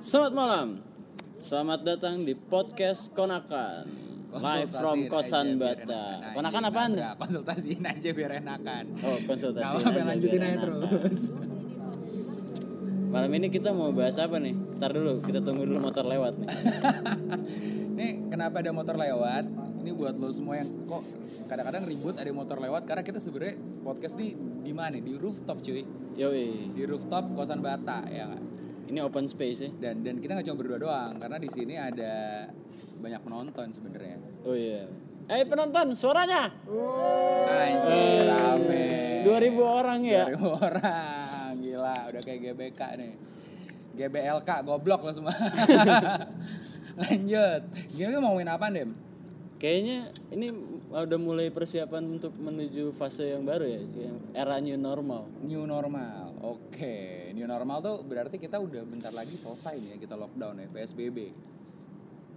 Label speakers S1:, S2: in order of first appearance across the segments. S1: Selamat malam. Selamat datang di podcast Konakan. Live from
S2: Konsultasiin
S1: kosan
S2: aja biar Nah,
S1: Bata.
S2: enakan.
S1: Konakan
S2: Anjing,
S1: apaan?
S2: nabrak. Konsultasiin aja biar enakan.
S1: Oh, konsultasi.
S2: Gak apa-apa lanjutin aja terus.
S1: Malam ini kita mau bahas apa nih? Ntar dulu, kita tunggu dulu motor lewat nih.
S2: Nih kenapa ada motor lewat? Ini buat lo semua yang kok kadang-kadang ribut ada motor lewat karena kita sebenarnya podcast nih di mana? Di rooftop cuy.
S1: Yoi.
S2: Di rooftop kosan Bata ya nggak?
S1: Ini open space ya.
S2: Dan dan kita nggak cuma berdua doang karena di sini ada banyak penonton sebenarnya.
S1: Oh iya. Eh penonton, suaranya.
S2: Anjir rame.
S1: 2000 orang ya.
S2: 2000 orang gila udah kayak GBK nih GBLK goblok lo semua lanjut gimana kita mau main apa Dem?
S1: Kayaknya ini udah mulai persiapan untuk menuju fase yang baru ya, yang era new normal.
S2: new normal oke new normal tuh berarti kita udah bentar lagi selesai nih ya kita lockdown ya PSBB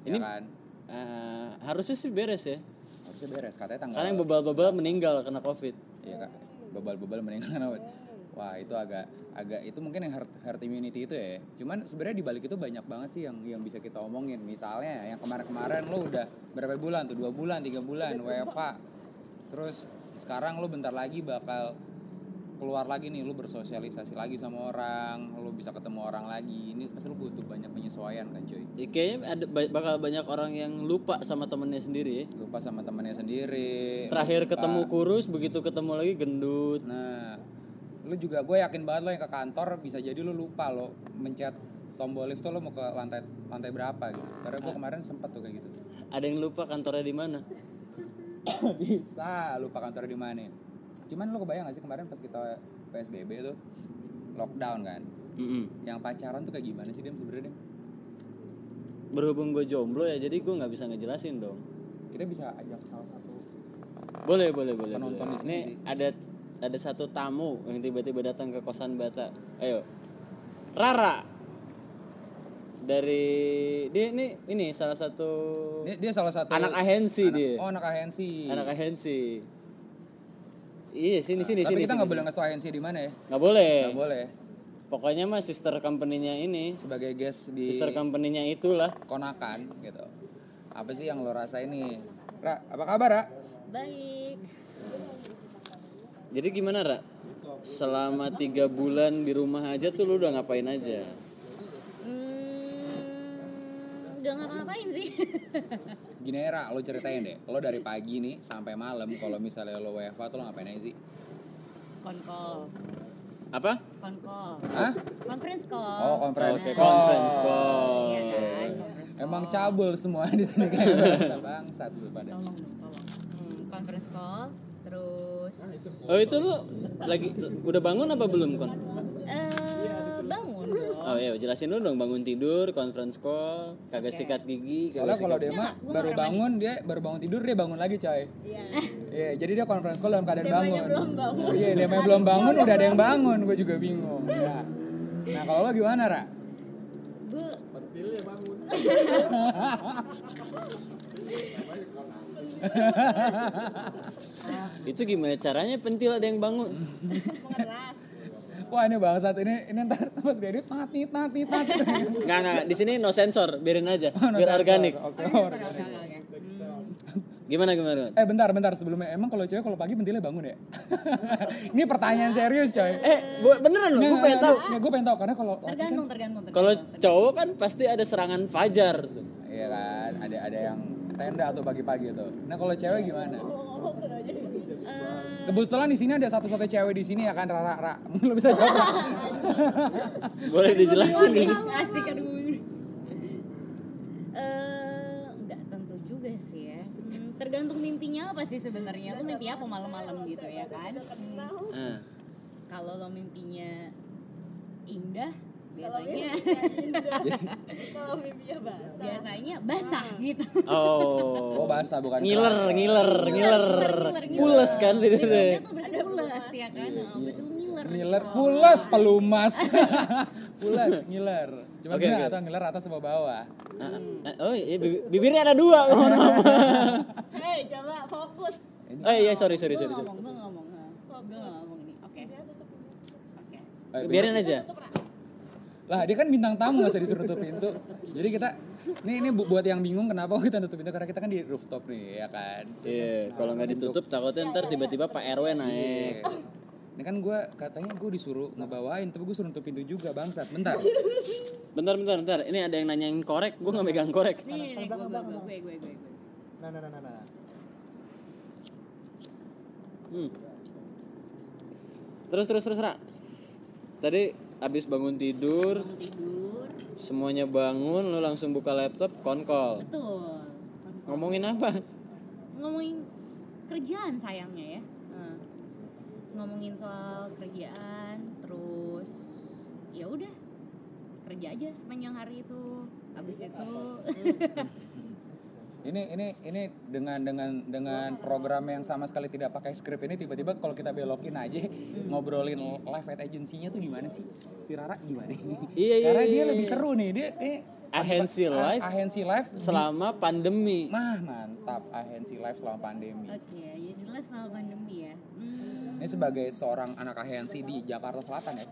S2: ini ya kan
S1: Eh, harusnya sih beres ya.
S2: harusnya beres katanya tanggal
S1: Karena yang bebal-bebal meninggal karena covid.
S2: iya kak bebal-bebal meninggal kenapa? wah itu agak agak itu mungkin yang herd, herd immunity itu ya cuman sebenarnya di balik itu banyak banget sih yang yang bisa kita omongin misalnya yang kemarin-kemarin lo udah berapa bulan tuh dua bulan tiga bulan WFH terus sekarang lo bentar lagi bakal keluar lagi nih lo bersosialisasi lagi sama orang lo bisa ketemu orang lagi ini pasti lo butuh banyak penyesuaian kan cuy
S1: Ya, kayaknya ada ba- bakal banyak orang yang lupa sama temennya sendiri. ya.
S2: lupa sama temannya sendiri lo
S1: Terakhir ketemu kurus, begitu ketemu lagi gendut.
S2: Nah, lu juga gue yakin banget lo yang ke kantor bisa jadi lu lupa lo mencet tombol lift tuh lo mau ke lantai lantai berapa gitu. Karena
S1: Ah.
S2: gue kemarin sempat tuh kayak gitu.
S1: Ada yang lupa kantornya di mana.
S2: bisa lupa kantor di mana. Cuman lu kebayang gak sih kemarin pas kita PSBB tuh lockdown kan.
S1: Mm-mm.
S2: Yang pacaran tuh kayak gimana sih Dem sebenarnya? Dem?
S1: Berhubung gue jomblo ya, jadi gue nggak bisa ngejelasin dong.
S2: Kita bisa ajak salah satu
S1: Boleh, boleh, boleh.
S2: Penonton
S1: boleh.
S2: di sini
S1: Nih ada ada satu tamu yang tiba-tiba datang ke kosan Bata. Ayo, Rara. Dari dia ini ini salah satu
S2: Ini dia salah satu
S1: anak ahensi
S2: anak-
S1: dia.
S2: Oh, anak ahensi.
S1: Anak ahensi. Iya sini sini
S2: Tapi
S1: sini.
S2: kita
S1: sini.
S2: nggak boleh ngasih tau ahensi di mana ya?
S1: Nggak boleh.
S2: Nggak boleh.
S1: Pokoknya mah sister company-nya ini,
S2: Sebagai guest di
S1: sister company-nya itulah.
S2: konakan gitu apa sih yang lo rasain nih Ra, apa kabar Ra?
S3: Baik.
S1: Jadi gimana, Ra? Selama tiga bulan di rumah aja tuh lu udah ngapain aja?
S3: Hmm, udah ngapa-ngapain sih?
S2: Gini ya, Ra, lo ceritain deh. Lo dari pagi nih sampai malam kalau misalnya lo WFA tuh lo ngapain aja sih?
S3: Konkol,
S1: Apa?
S3: konkol,
S2: Hah?
S3: conference
S2: Oh,
S3: call.
S1: Oh,
S2: conference
S1: kayak
S2: call.
S1: conference call.
S3: Iya kan? Conference call.
S2: Emang cabul semua di sini kayak bangsa bangsat lu pada.
S3: Tolong, tolong. Hmm, conference call. Terus
S1: Oh, itu lu lagi udah bangun apa belum, Kon?
S3: eh bangun dong.
S1: Oh, iya, jelasin dulu dong bangun tidur, conference call, kagak sikat gigi,
S2: Soalnya
S1: kagak
S2: kalau
S1: sikat.
S2: dia mah baru bangun dia baru bangun tidur dia bangun lagi coy. Iya. jadi dia conference call dalam keadaan bangun.
S3: belum bangun.
S2: Iya, dia mah belum bangun udah ada yang bangun. Gue juga bingung. Ya. Nah, kalau lo gimana, Ra?
S3: Gue
S1: Itu gimana caranya pentil ada yang bangun?
S2: Wah, ini bangsat ini ini ntar pas diedit tat tit tat tit tat. tit.
S1: Enggak, enggak, di sini no sensor, biarin aja,
S2: Oh, no
S1: biar
S2: sensor.
S1: organik.
S2: Oke, organik.
S1: Gimana gimana? Kon?
S2: Eh bentar bentar sebelumnya emang kalau cewek kalau pagi pentilnya bangun ya? Ini pertanyaan serius coy.
S1: Eh, gua- beneran loh, gue pengen tahu.
S2: gue pengen tahu karena kalau laki kan
S3: tergantung, tergantung, tergantung.
S1: Kalau cowok kan pasti ada serangan fajar tuh.
S2: iya kan ada ada yang tenda atau pagi-pagi tuh. Nah kalau cewek gimana? Kebetulan di sini ada satu-satu cewek di sini ya kan Rara Ra. Mungkin lo bisa jawab. Ra.
S1: Boleh dijelasin di sini.
S3: Asik aduh. Eh, nggak tentu juga sih ya. Hmm, tergantung mimpinya apa sih sebenarnya. Lu mimpi apa malam-malam gitu ya kan? Hmm,
S1: Ah.
S3: kalau lo mimpinya indah biasanya biasanya basah gitu
S1: Oh.
S2: Oh bahasa bukan.
S1: Ngiler,
S2: keras.
S1: ngiler, ngiler. Pules kan Iya, itu tuh.
S3: Mimpinya tuh berarti pulas ya kan Oh, berarti lu ngiler
S2: Ngiler pulas pelumas. pulas ngiler. Cuma
S1: Oke,
S2: okay,
S1: oke.
S2: atau ngiler atas sama bawah.
S1: Ah, ah, Oh, iya, bibi- bibirnya ada dua. mohon maaf.
S4: Hei, coba fokus.
S1: Oh iya, sorry, sorry, sorry.
S3: gue
S1: sorry.
S3: Iya, ngomong gue ngomong gue ngomong nih oke oke
S2: Eh,
S1: biarin aja
S2: Lah dia kan bintang tamu masa disuruh tutup pintu. Jadi kita nih ini bu- buat yang bingung kenapa kita tutup pintu karena kita kan di rooftop nih ya kan.
S1: iya kalau nggak ditutup takutnya ntar tiba-tiba pak rw naik
S2: Iya. Ini kan gue katanya gue disuruh ngebawain tapi gue suruh tutup pintu juga bangsat. Bentar.
S1: bentar bentar bentar ini ada yang nanyain korek gue nggak megang korek
S3: Nih, nih, nih, gue, gue, gue, gue, gue, gue, gue.
S5: Nah, nah, nah, nah, nah.
S1: Hmm. Terus terus terus Ra. Tadi abis bangun tidur,
S3: Bangun tidur,
S1: semuanya bangun, lu langsung buka laptop, konkol.
S3: betul.
S1: Ngomongin apa?
S3: Ngomongin kerjaan sayangnya ya. Nah, ngomongin soal kerjaan, terus ya udah kerja aja sepanjang hari itu. Habis itu
S2: Ini ini ini dengan dengan dengan program yang sama sekali tidak pakai skrip ini tiba-tiba kalau kita belokin aja ngobrolin live at agency-nya tuh gimana sih? Si Rara gimana?
S1: Iya, iya,
S2: Karena dia
S1: iya,
S2: lebih
S1: iya.
S2: seru Ah, nih. Dia eh
S1: Agency
S2: A-
S1: live
S2: Agency live.
S1: selama pandemi.
S2: Mah mantap agency live selama pandemi.
S3: oke, ya jelas soal pandemi ya. Hmm,
S2: Ini sebagai seorang anak agensi di Jakarta Selatan ya.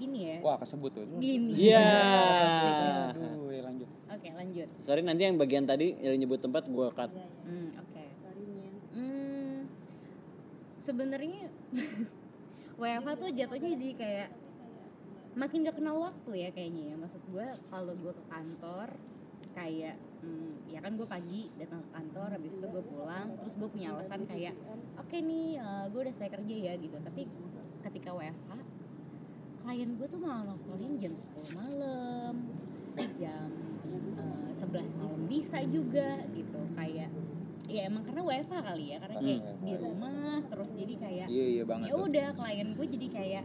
S3: gini ya.
S2: Wah, kesebut tuh.
S3: Gini.
S1: Iya.
S2: Aduh, ya lanjut.
S3: Oke, lanjut.
S1: Sorry nanti yang bagian tadi yang nyebut tempat gua cut.
S2: Iya.
S3: Hmm, oke. Hmm, sebenarnya WFA tuh jatuhnya jadi kayak makin gak kenal waktu ya kayaknya ya. Maksud gue kalau gue ke kantor kayak hmm, ya kan gue pagi datang ke kantor habis itu gue pulang terus gue punya alasan kayak oke nih gue udah selesai kerja ya gitu tapi ketika WFH klien gue tuh malah nelfonin jam 10 malam jam eh, 11 malam bisa juga gitu kayak ya emang karena WFH kali ya karena kayak
S2: Karena
S3: di
S2: WFH.
S3: rumah terus jadi kayak
S2: Iya, iya banget.
S3: ya
S2: tuh.
S3: udah klien gue jadi kayak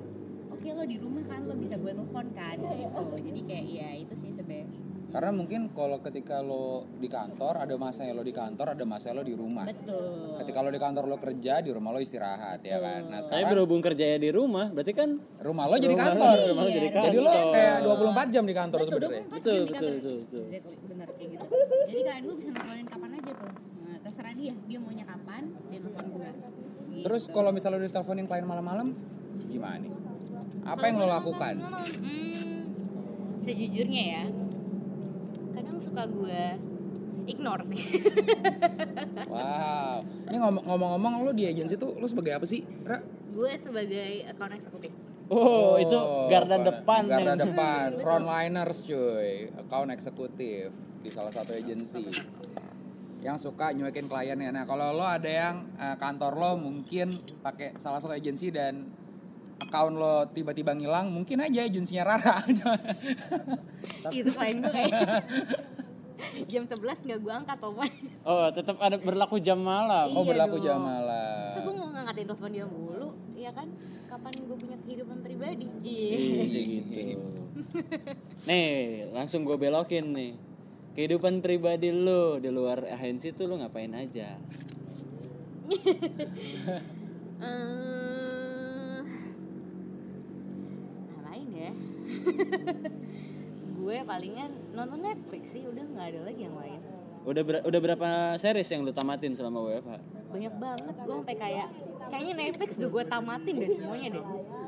S3: oke lo di rumah kan lo bisa gue telepon kan gitu jadi kayak ya itu sih sebe
S2: Karena mungkin kalau ketika lo di kantor ada masanya lo di kantor, ada masanya lo di rumah.
S3: betul
S2: Ketika lo di kantor lo kerja, di rumah lo istirahat ya kan.
S1: Tapi
S2: Nah, sekarang
S1: berhubung kerjanya di rumah, berarti kan
S2: rumah lo jadi
S1: Rumah lo-
S2: kantor.
S1: rumah lo jadi
S2: Jadi lo
S1: kantor.
S2: kayak 24 jam di kantor
S3: Iya. betul
S2: sebenarnya.
S3: 24
S1: Betul,
S3: jam di
S1: betul,
S3: kantor.
S1: betul, betul.
S3: Exactly, benar kayak gitu jadi klien gue bisa nelfonin kapan aja tuh nah, terserah dia dia maunya kapan dia nelfon gue Gitu.
S2: Terus kalau misalnya lo diteleponin klien malam-malam, gimana nih? Apa
S3: Kalau
S2: yang lo
S3: malam-malam,
S2: lakukan?
S3: malam-malam, hmm, sejujurnya ya kadang suka gue ignore sih
S2: Wow. Ini ngomong- ngomong-ngomong lo di agensi tuh lo sebagai apa sih? Ra?
S3: gue sebagai account eksekutif
S1: oh, itu garda
S2: para-
S1: depan yang
S2: garda depan frontliners cuy account eksekutif di salah satu agensi yang suka nyuekin kliennya nah kalau lo ada yang eh, kantor lo mungkin pakai salah satu agensi dan account lo tiba-tiba ngilang mungkin aja agensinya Rara
S3: itu klien gue jam 11 nggak gue angkat telepon
S1: Oh, tetap ada berlaku jam malam.
S2: oh
S3: Iya
S2: berlaku
S3: dong.
S2: jam malam
S3: masa gue mau ngangkatin telepon dia mulu ya kan kapan gue punya kehidupan pribadi Ji
S1: Iya, gitu. Nih, langsung gue belokin nih. Kehidupan pribadi lu di luar agensi tuh lu ngapain aja?
S3: Eh, ngapain ya gue palingan nonton Netflix sih udah nggak ada lagi yang lain
S1: Udah ber- udah berapa series yang lu tamatin selama WFH?
S3: banyak banget gue sampai kayak kayaknya Netflix udah gue tamatin deh semuanya deh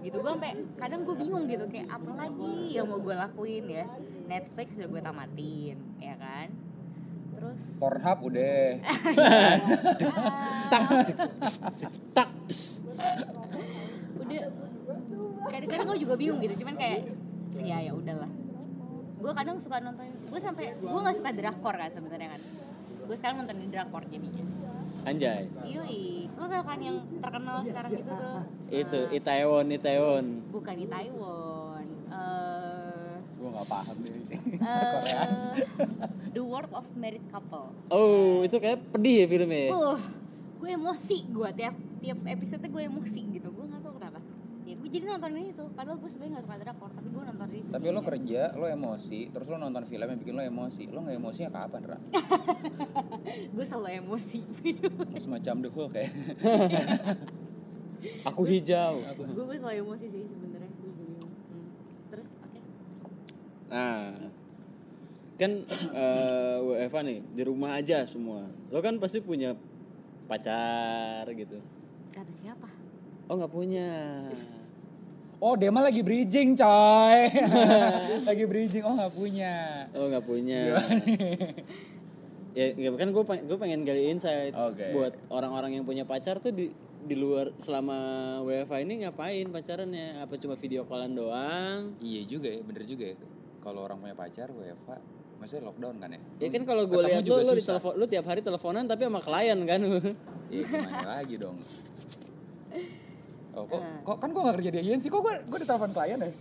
S3: gitu gue sampai kadang gue bingung gitu kayak apa lagi yang mau gue lakuin ya Netflix udah gue tamatin ya kan terus
S2: Pornhub udah
S1: Tak. pss.
S3: udah kadang-kadang gue juga bingung gitu cuman kayak ya ya udahlah gue kadang suka nonton gue sampai gue nggak suka drakor kan sebenarnya kan gue sekarang nontonin drakor jadinya
S1: Anjay.
S3: yoi lo tau kan yang terkenal sekarang itu tuh
S1: Itu Itaewon Itaewon.
S3: bukan di Taiwan eh
S2: gue nggak paham deh
S3: eh, The World of Married Couple
S1: Oh, itu kayak pedih ya filmnya. ya?
S3: uh gue emosi gue tiap tiap episode gue emosi gitu gue nggak tahu kenapa ya gue jadi nontonin itu padahal gue sebenarnya nggak suka drakor tapi gue nonton itu
S2: tapi lo kerja lo emosi terus lo nonton film yang bikin lo emosi lo nggak emosinya kapan Ra?
S3: gue selalu emosi
S2: semacam the Hulk ya
S1: Aku hijau.
S3: gue gue selalu emosi sih sebenarnya gue juga bingung. Hmm. terus oke
S1: Nah. Kan eh WFH nih, di rumah aja semua. Lo kan pasti punya pacar gitu.
S3: kata siapa
S1: Oh, nggak punya.
S2: Oh, Dema lagi bridging, coy. lagi bridging. Oh, nggak punya.
S1: Oh nggak punya. ya ya, kan gue gue pengen gali insight
S2: Oke.
S1: buat orang-orang yang punya pacar tuh di di luar selama WFH ini ngapain pacarannya? Apa cuma video callan doang?
S2: Iya juga ya, bener juga ya. Kalau orang punya pacar, WFA, maksudnya lockdown kan ya?
S1: Ya kan kalau gue
S2: Ketemu
S1: lihat
S2: juga
S1: lu lu,
S2: susah.
S1: ditelepon, lu tiap hari teleponan tapi sama klien kan.
S2: Iya, gimana lagi dong? Oh, kok, kok kan gue gak kerja di agensi, kok gue gue ditelepon klien ya?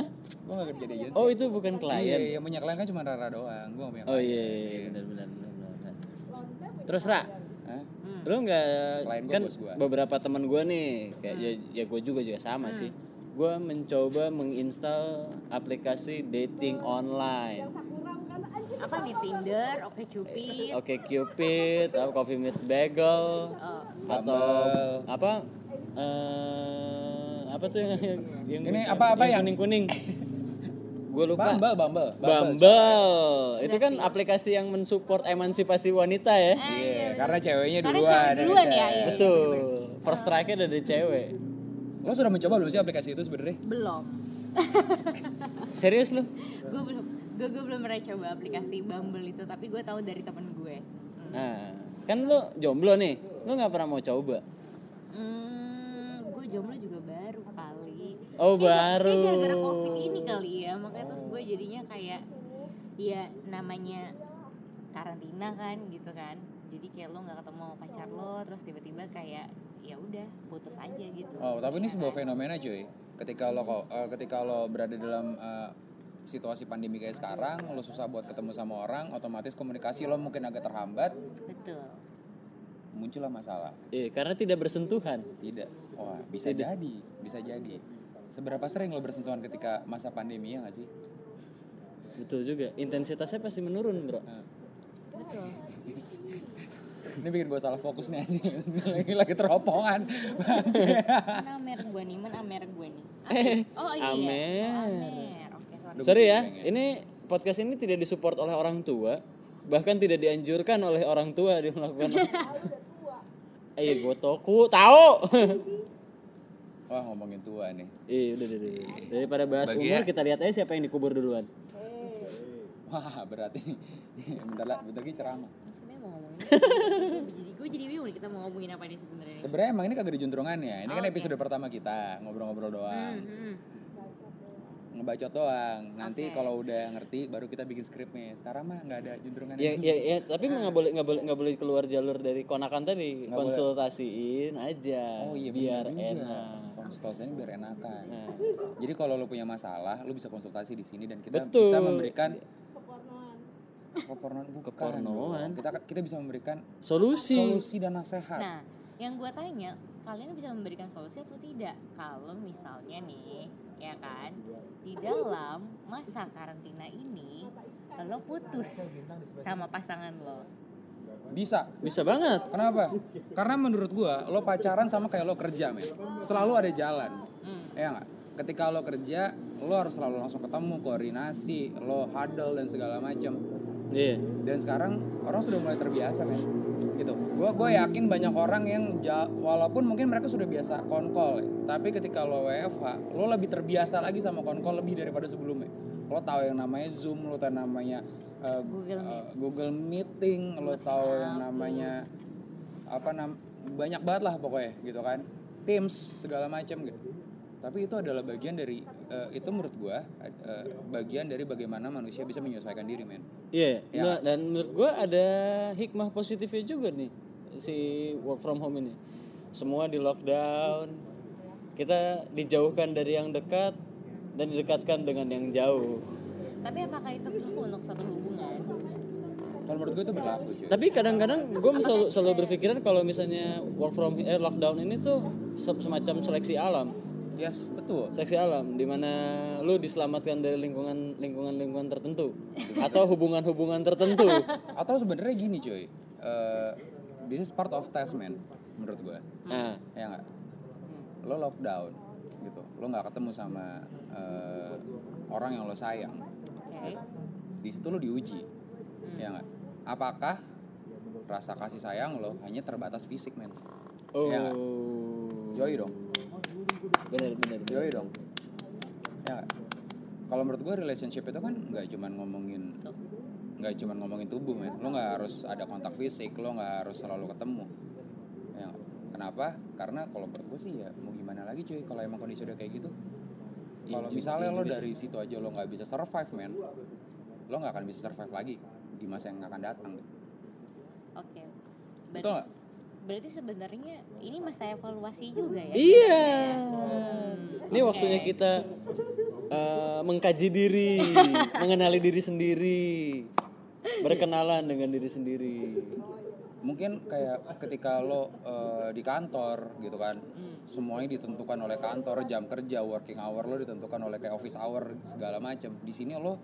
S1: Hah?
S2: Gue gak kerja di agensi.
S1: Oh itu bukan
S2: Iya,
S1: klien.
S2: yang punya klien kan cuma Rara doang, gue gak punya
S1: Oh
S2: klien.
S1: iya, iya, iya, benar benar benar. benar. Terus Ra,
S2: Hah?
S1: lu nggak
S2: Hmm. Klien gua
S1: kan
S2: bos gua. Hmm.
S1: beberapa teman gue nih kayak ya, ya gue juga juga sama sih. Gue mencoba menginstal aplikasi dating online.
S3: Apa nih Tinder, Oke Cupid,
S1: Oke Cupid, apa Coffee Meet Bagel, atau
S2: Oh. Bumble.
S1: apa? eh apa tuh yang yang, yang
S2: Ini apa-apa yang-
S1: kuning kuning? gue lupa.
S2: Bumble, Bumble.
S1: Bumble. Itu kan aplikasi yang mensupport emansipasi wanita ya.
S3: Eh.
S2: Iya, karena ceweknya
S3: Karena
S2: duluan.
S3: cewek
S2: ada
S3: duluan ya,
S2: cewek.
S3: iya.
S1: Betul. First strike-nya dari cewek.
S3: ya.
S2: Lo sudah mencoba belum sih aplikasi itu sebenarnya?
S3: belum.
S1: Serius lu?
S3: gue belum, gue gue belum pernah coba aplikasi Bumble itu, tapi gue tahu dari temen gue.
S1: Nah, kan lu jomblo nih. Lu nggak pernah mau coba.
S3: Hmm, gue jomblo juga baru kali.
S1: Oh,
S3: Eh, ga-
S1: baru.
S3: Eh, gara-gara covid ini kali ya, makanya terus gue jadinya kayak, ya namanya karantina kan, gitu kan. Jadi kayak lo nggak ketemu sama pacar lo, terus tiba-tiba kayak ya udah putus aja gitu.
S2: Oh, tapi ini sebuah fenomena cuy. Ketika lo ko- eh, ketika lo berada dalam eh, situasi pandemi kayak sekarang, lo susah buat ketemu sama orang, otomatis komunikasi lo mungkin agak terhambat,
S3: Betul.
S2: muncullah masalah.
S1: Eh, karena tidak bersentuhan.
S2: Tidak. Wah, bisa jadi, bisa jadi. Seberapa sering lo bersentuhan ketika masa pandemi ya gak sih?
S1: Betul juga. Intensitasnya pasti menurun, Bro.
S3: Betul.
S2: Ini bikin gue salah fokus nih anjing. lagi, lagi teropongan.
S3: Kan Amer gue nih, men Amer gue nih. Oh iya.
S1: Amer.
S3: Amer. Oke,
S1: Sorry
S3: sorry.
S1: ya, ini podcast ini tidak disupport oleh orang tua, bahkan tidak dianjurkan oleh orang tua dia melakukan. Iya, gue toku, tahu.
S2: Wah, ngomongin tua nih.
S1: Iya, udah, udah, udah. Daripada bahas
S2: Bagi
S1: umur,
S2: ya.
S1: kita lihat aja siapa yang dikubur duluan.
S2: Wah, berat ini. bentar lah, bentar lagi ceramah.
S3: Sebenarnya mau ngomongin. apa? jadi gue jadi bingung nih kita mau ngomongin apa nih sebenarnya.
S2: Sebenarnya emang ini kagak ada juntrungan ya. Ini kan episode pertama kita, ngobrol-ngobrol doang.
S3: Oh, iya. Hmm.
S2: Ngebacot doang. Nanti kalau udah ngerti baru kita bikin skripnya. Sekarang mah nggak ada juntrungan.
S1: Ya, ya, ya, tapi nggak boleh nggak boleh nggak boleh keluar jalur dari konakan tadi.
S2: boleh.
S1: Konsultasiin aja.
S2: Oh iya
S1: biar
S2: benar juga.
S1: enak.
S2: Konsultasinya biar enakan.
S1: Nah.
S2: Jadi kalau lo punya masalah, lo bisa konsultasi di sini dan kita
S1: Betul.
S2: bisa memberikan kepornoan bukan
S1: Kepornoan.
S2: dong. Kita kita bisa memberikan
S1: Solusi.
S2: solusi dan nasihat.
S3: Nah, yang gue tanya, kalian bisa memberikan solusi atau tidak? Kalau misalnya nih, ya kan, di dalam masa karantina ini, lo putus sama pasangan lo.
S2: Bisa.
S1: Bisa banget.
S2: Kenapa? Karena menurut gua lo pacaran sama kayak lo kerja, men. Selalu ada jalan. Ya nggak? Ketika lo kerja, lo harus selalu langsung ketemu, koordinasi, lo huddle dan segala macam.
S1: Iya.
S2: Dan sekarang orang sudah mulai terbiasa, men. Gitu. Gua gua yakin banyak orang yang ja- walaupun mungkin mereka sudah biasa konkol, ya, tapi ketika lo WFH, lo lebih terbiasa lagi sama konkol lebih daripada sebelumnya. Lo tahu yang namanya Zoom, lo tahu yang namanya eh,
S3: Google Meet.
S2: eh, Google Meeting, lo tahu yang namanya apa nam banyak banget lah pokoknya gitu kan. Teams segala macam gitu. Tapi itu adalah bagian dari eh, itu menurut gua eh, bagian dari bagaimana manusia bisa menyesuaikan diri, men.
S1: Iya. Nah, dan menurut gue ada hikmah positifnya juga nih si work from home ini. Semua di lockdown. Kita dijauhkan dari yang dekat dan didekatkan dengan yang jauh.
S3: Tapi apakah itu berlaku untuk satu hubungan?
S2: Kalau menurut gue itu berlaku cuy.
S1: Tapi kadang-kadang gue selalu, selalu berpikiran kalau misalnya work from eh, lockdown ini tuh se- semacam seleksi alam.
S2: Yes, betul.
S1: Seleksi alam dimana lu diselamatkan dari lingkungan lingkungan lingkungan tertentu atau hubungan-hubungan tertentu.
S2: Atau sebenarnya gini cuy. Eh, this is part of test man menurut gue.
S1: Nah,
S2: Ya nggak? Lo lockdown gitu. Lo nggak ketemu sama eh, orang yang lo sayang.
S3: Oke.
S2: Di situ lo diuji. Ya nggak? Apakah rasa kasih sayang lo hanya terbatas fisik men?
S1: oh,
S2: Joy dong.
S1: bener bener. bener.
S2: Joy dong. ya kalau menurut gue relationship itu kan nggak cuman ngomongin nggak cuman ngomongin tubuh men lo nggak harus ada kontak fisik lo nggak harus selalu ketemu ya kenapa karena kalau menurut gue sih ya mau gimana lagi cuy kalau emang kondisi udah kayak gitu
S1: Iya
S2: kalau
S1: juga-
S2: misalnya
S1: iya
S2: lo
S1: juga
S2: dari situ aja lo nggak bisa survive men lo nggak akan bisa survive lagi di masa yang akan datang
S3: Oke.
S2: Betul
S3: Berarti,
S2: nggak?
S3: berarti sebenarnya ini masa evaluasi juga ya?
S1: Iya. Ini
S3: oke.
S1: waktunya kita eh, mengkaji diri, mengenali diri sendiri, berkenalan dengan diri sendiri.
S2: mungkin kayak ketika lo eh, di kantor gitu kan semuanya ditentukan oleh kantor jam kerja working hour lo ditentukan oleh kayak office hour segala macem di sini lo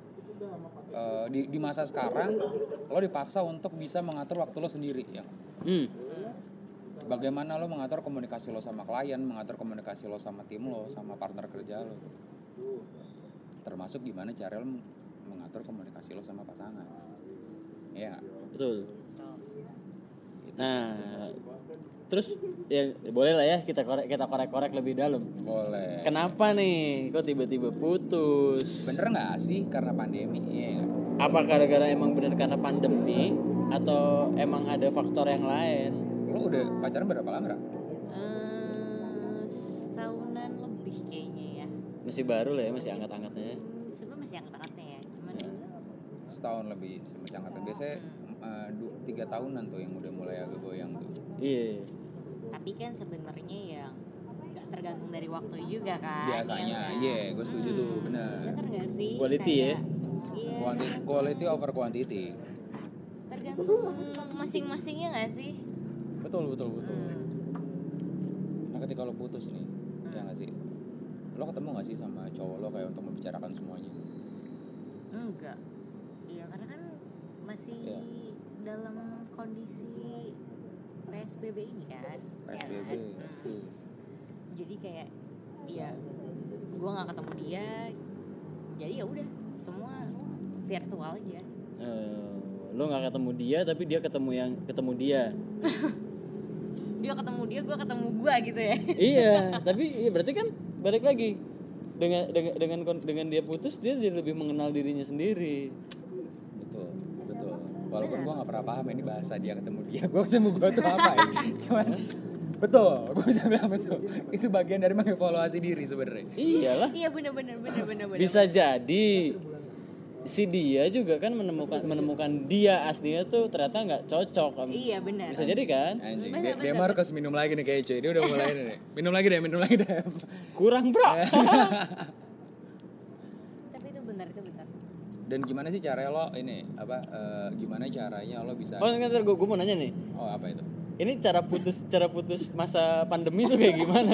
S2: eh, di di masa sekarang lo dipaksa untuk bisa mengatur waktu lo sendiri ya
S1: Hmm.
S2: bagaimana lo mengatur komunikasi lo sama klien mengatur komunikasi lo sama tim lo sama partner kerja lo termasuk gimana cara lo mengatur komunikasi lo sama pasangan ya
S1: Betul.
S3: Betul.
S1: Nah, terus ya boleh lah ya kita korek kita korek-korek lebih dalam.
S2: boleh
S1: Kenapa nih kok tiba-tiba putus?
S2: bener nggak sih karena pandemi Iya nggak?
S1: Apa gara-gara emang bener karena pandemi atau emang ada faktor yang lain?
S2: lo udah pacaran berapa lama Ra?
S3: Eh, tahunan lebih kayaknya ya.
S1: Masih baru lah ya, masih angkat-angkatnya.
S3: Hmm, sebenarnya masih yang angkatnya ya. Cuman
S2: setahun lebih sama sangat biasanya eh, du- tiga tahunan tuh yang udah mulai agak goyang tuh
S1: Iya.
S3: tapi kan sebenarnya yang nggak tergantung dari waktu juga kan.
S2: biasanya
S3: iya.
S2: iya gue setuju tuh bener
S3: Bener nggak sih?
S1: Quality ya.
S3: Kayak, Iya.
S2: quality, quality over quantity
S3: Tergantung masing-masingnya nggak sih?
S2: betul betul betul
S3: Hmm.
S2: nah ketika lo putus nih ya nggak sih lo ketemu nggak sih sama cowok lo kayak untuk membicarakan semuanya
S3: Enggak. Iya, karena kan masih
S2: Iya.
S3: dalam kondisi PSBB ini kan. ya
S2: PSBB
S3: kan? Hmm. Jadi kayak ya gua nggak ketemu dia. Jadi ya udah, semua virtual aja.
S1: Eh, lo nggak ketemu dia tapi dia ketemu yang ketemu dia
S3: Dia ketemu dia, gua ketemu gua gitu ya.
S1: iya tapi ya berarti kan balik lagi dengan dengan dengan kon- dengan dia putus dia jadi lebih mengenal dirinya sendiri
S2: betul betul walaupun gue nggak pernah paham ini bahasa dia ketemu dia gue ketemu gue tuh apa ya cuman betul gue bisa bilang betul itu bagian dari mengevaluasi diri sebenarnya
S1: iyalah
S3: Iya bener-bener bener-bener bener.
S1: bisa jadi si dia juga kan menemukan menemukan dia aslinya tuh ternyata nggak cocok sama-
S3: Iya bener.
S1: bisa jadi kan
S2: Anjing,
S3: Bener,
S2: dia, dia
S3: bener,
S2: Marcus minum lagi nih kayaknya cuy. Dia udah mulai nih. Minum lagi deh, minum lagi deh.
S1: kurang bro
S3: Tapi itu bener itu bener.
S2: Dan gimana sih caranya lo ini apa eh, gimana caranya lo bisa
S1: oh ntar gue mau nanya nih
S2: Oh, apa itu?
S1: ini cara putus cara putus masa pandemi tuh kayak gimana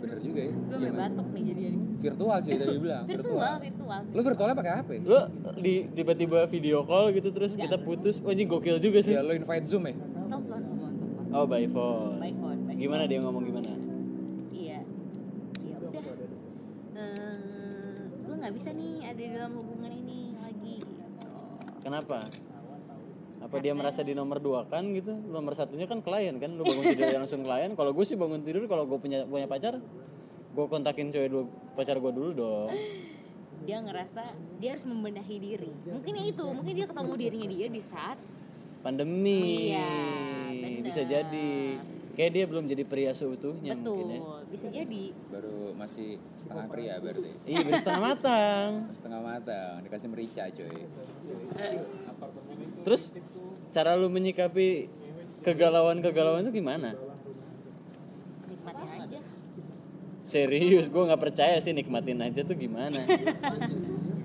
S2: Bener juga ya.
S3: Gue udah batuk nih jadinya.
S2: Virtual cuy tadi bilang, virtual.
S3: Virtual, virtual.
S2: Lo virtualnya pakai ya? HP?
S1: lo di tiba-tiba video call gitu terus kita putus wah ini gokil juga sih
S2: Ya lo invite Zoom ya?
S3: Telepon, telepon, telepon.
S1: oh by phone
S3: By phone, by
S1: gimana dia ngomong gimana
S3: Iya. Ya udah. Eh, gue nggak bisa nih ada di dalam hubungan ini lagi.
S1: kenapa apa dia merasa di nomor dua kan gitu nomor satunya kan klien kan lu bangun tidur langsung klien kalau gue sih bangun tidur kalau gue punya punya pacar gue kontakin cewek dulu pacar gue dulu dong
S3: Dia ngerasa dia harus membenahi diri. Mungkin ya itu, mungkin dia ketemu dirinya dia di saat
S1: pandemi
S3: Iya,
S1: bisa
S3: bener.
S1: jadi kayak dia belum jadi pria seutuhnya mungkin
S3: betul.
S1: ya
S3: Bisa jadi.
S2: Baru masih setengah pria berarti.
S1: iya baru setengah matang
S2: Setengah matang, dikasih merica cuy.
S1: terus cara lu menyikapi kegalauan kegalauan itu gimana
S3: Nikmatin aja.
S1: Serius, gue nggak percaya sih nikmatin aja tuh gimana.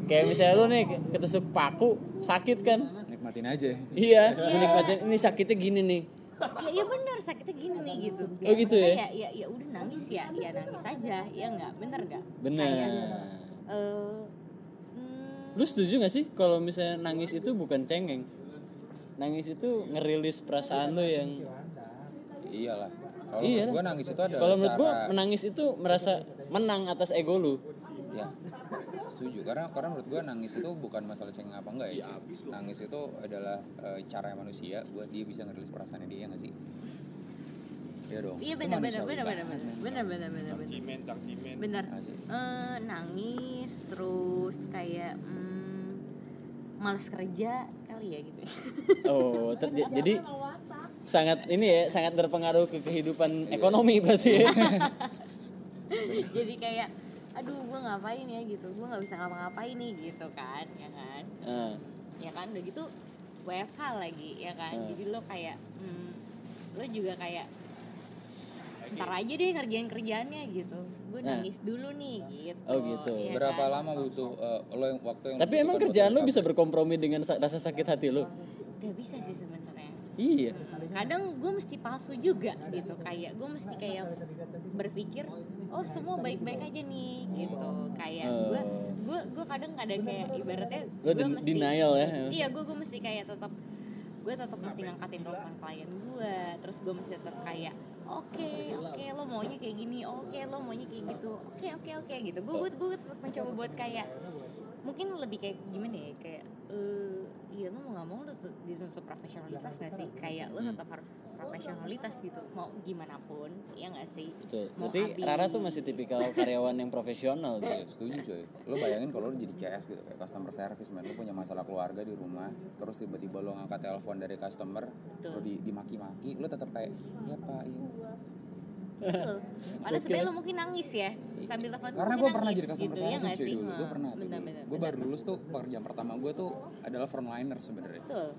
S1: Kayak misalnya lu nih ketusuk paku, sakit kan?
S2: Nikmatin aja.
S1: Iya, lu nikmatin. Ini sakitnya gini nih.
S3: Ya, ya benar sakitnya gini nih gitu.
S1: Oh, gitu ya?
S3: maksudnya Ya, ya, ya udah nangis ya, ya nangis aja. Ya nggak, bener nggak?
S1: Bener.
S3: Eh, hmm,
S1: Lu setuju gak sih kalau misalnya nangis itu bukan cengeng? Nangis itu ngerilis perasaan lu yang
S2: Iyalah. Kalau
S1: Iya.
S2: menurut gue nangis itu adalah
S1: kalau menurut gua
S2: cara-
S1: menangis itu merasa menang atas ego lu.
S2: ya setuju karena karena menurut gue nangis itu bukan masalah cengeng apa enggak ya, Ci. nangis itu adalah eh, cara manusia buat dia bisa ngerilis perasaannya dia nggak sih Iya dong.
S5: Iya
S2: Itu
S5: benar benar
S2: manusiawi
S5: benar
S2: banget,
S5: benar benar
S2: men.
S5: benar benar benar benar
S3: Cangkimen, cangkimen.
S5: benar
S2: Asik.
S5: Eh, nangis terus kayak hmm, males kerja kali ya gitu
S1: Oh, ter- j- jadi sangat ini ya, sangat berpengaruh ke kehidupan ekonomi pasti. ya.
S5: jadi kayak aduh gue ngapain ya gitu gue nggak bisa ngapa-ngapain nih gitu kan ya kan
S1: Ah,
S5: ya kan udah gitu WFH lagi ya kan jadi lo kayak hmm, lo juga kayak ntar aja deh kerjaan kerjaannya gitu gue
S1: Nah.
S5: nangis dulu nih gitu
S1: Oh, gitu.
S5: ya
S2: Berapa
S5: kan?
S2: lama butuh eh, lo yang waktu yang
S1: Tapi emang kerjaan lu bisa berkompromi dengan sa- rasa sakit hati lu?
S5: gak bisa sih sebenarnya
S1: Iya.
S5: kadang gue mesti palsu juga gitu kayak gue mesti kayak berpikir oh semua baik baik aja nih gitu kayak gue gue gue kadang kadang kayak ibaratnya
S1: Lu
S5: gue
S1: den-
S5: mesti
S1: denial ya.
S5: iya gue gue mesti kayak tetap gue tetap mesti ngangkatin telepon klien gue terus gue mesti tetap kayak oke oke lo maunya kayak gini oke lo maunya kayak gitu oke oke oke gitu gue gue gue tetap mencoba buat kayak mungkin lebih kayak gimana ya kayak eh iya lo mau nggak mau lo tuh di suatu profesionalitas gak sih kayak lo tetap harus profesionalitas gitu mau gimana pun ya nggak sih
S1: Betul.
S5: mau
S1: Berarti
S5: habis.
S1: Rara tuh masih tipikal karyawan yang profesional
S2: Iya,
S1: dia.
S2: setuju coy. Lo bayangin kalau lo jadi CS gitu kayak customer service man, lo punya masalah keluarga di rumah, terus tiba-tiba lo ngangkat telepon dari customer, lo di, dimaki-maki, lo tetap kayak iya pak, iya.
S5: Betul. Padahal sebenarnya lo mungkin nangis ya sambil telepon.
S2: Karena
S5: mungkin
S2: gue pernah
S5: nangis
S2: jadi customer
S5: gitu, ya
S2: service
S5: nggak
S2: cuy
S5: sih?
S2: dulu, gue
S5: Nah,
S2: pernah tuh
S5: benar,
S2: dulu.
S5: benar,
S2: Gue
S5: benar.
S2: baru lulus tuh pekerjaan pertama gue tuh adalah frontliner sebenarnya.
S5: Betul.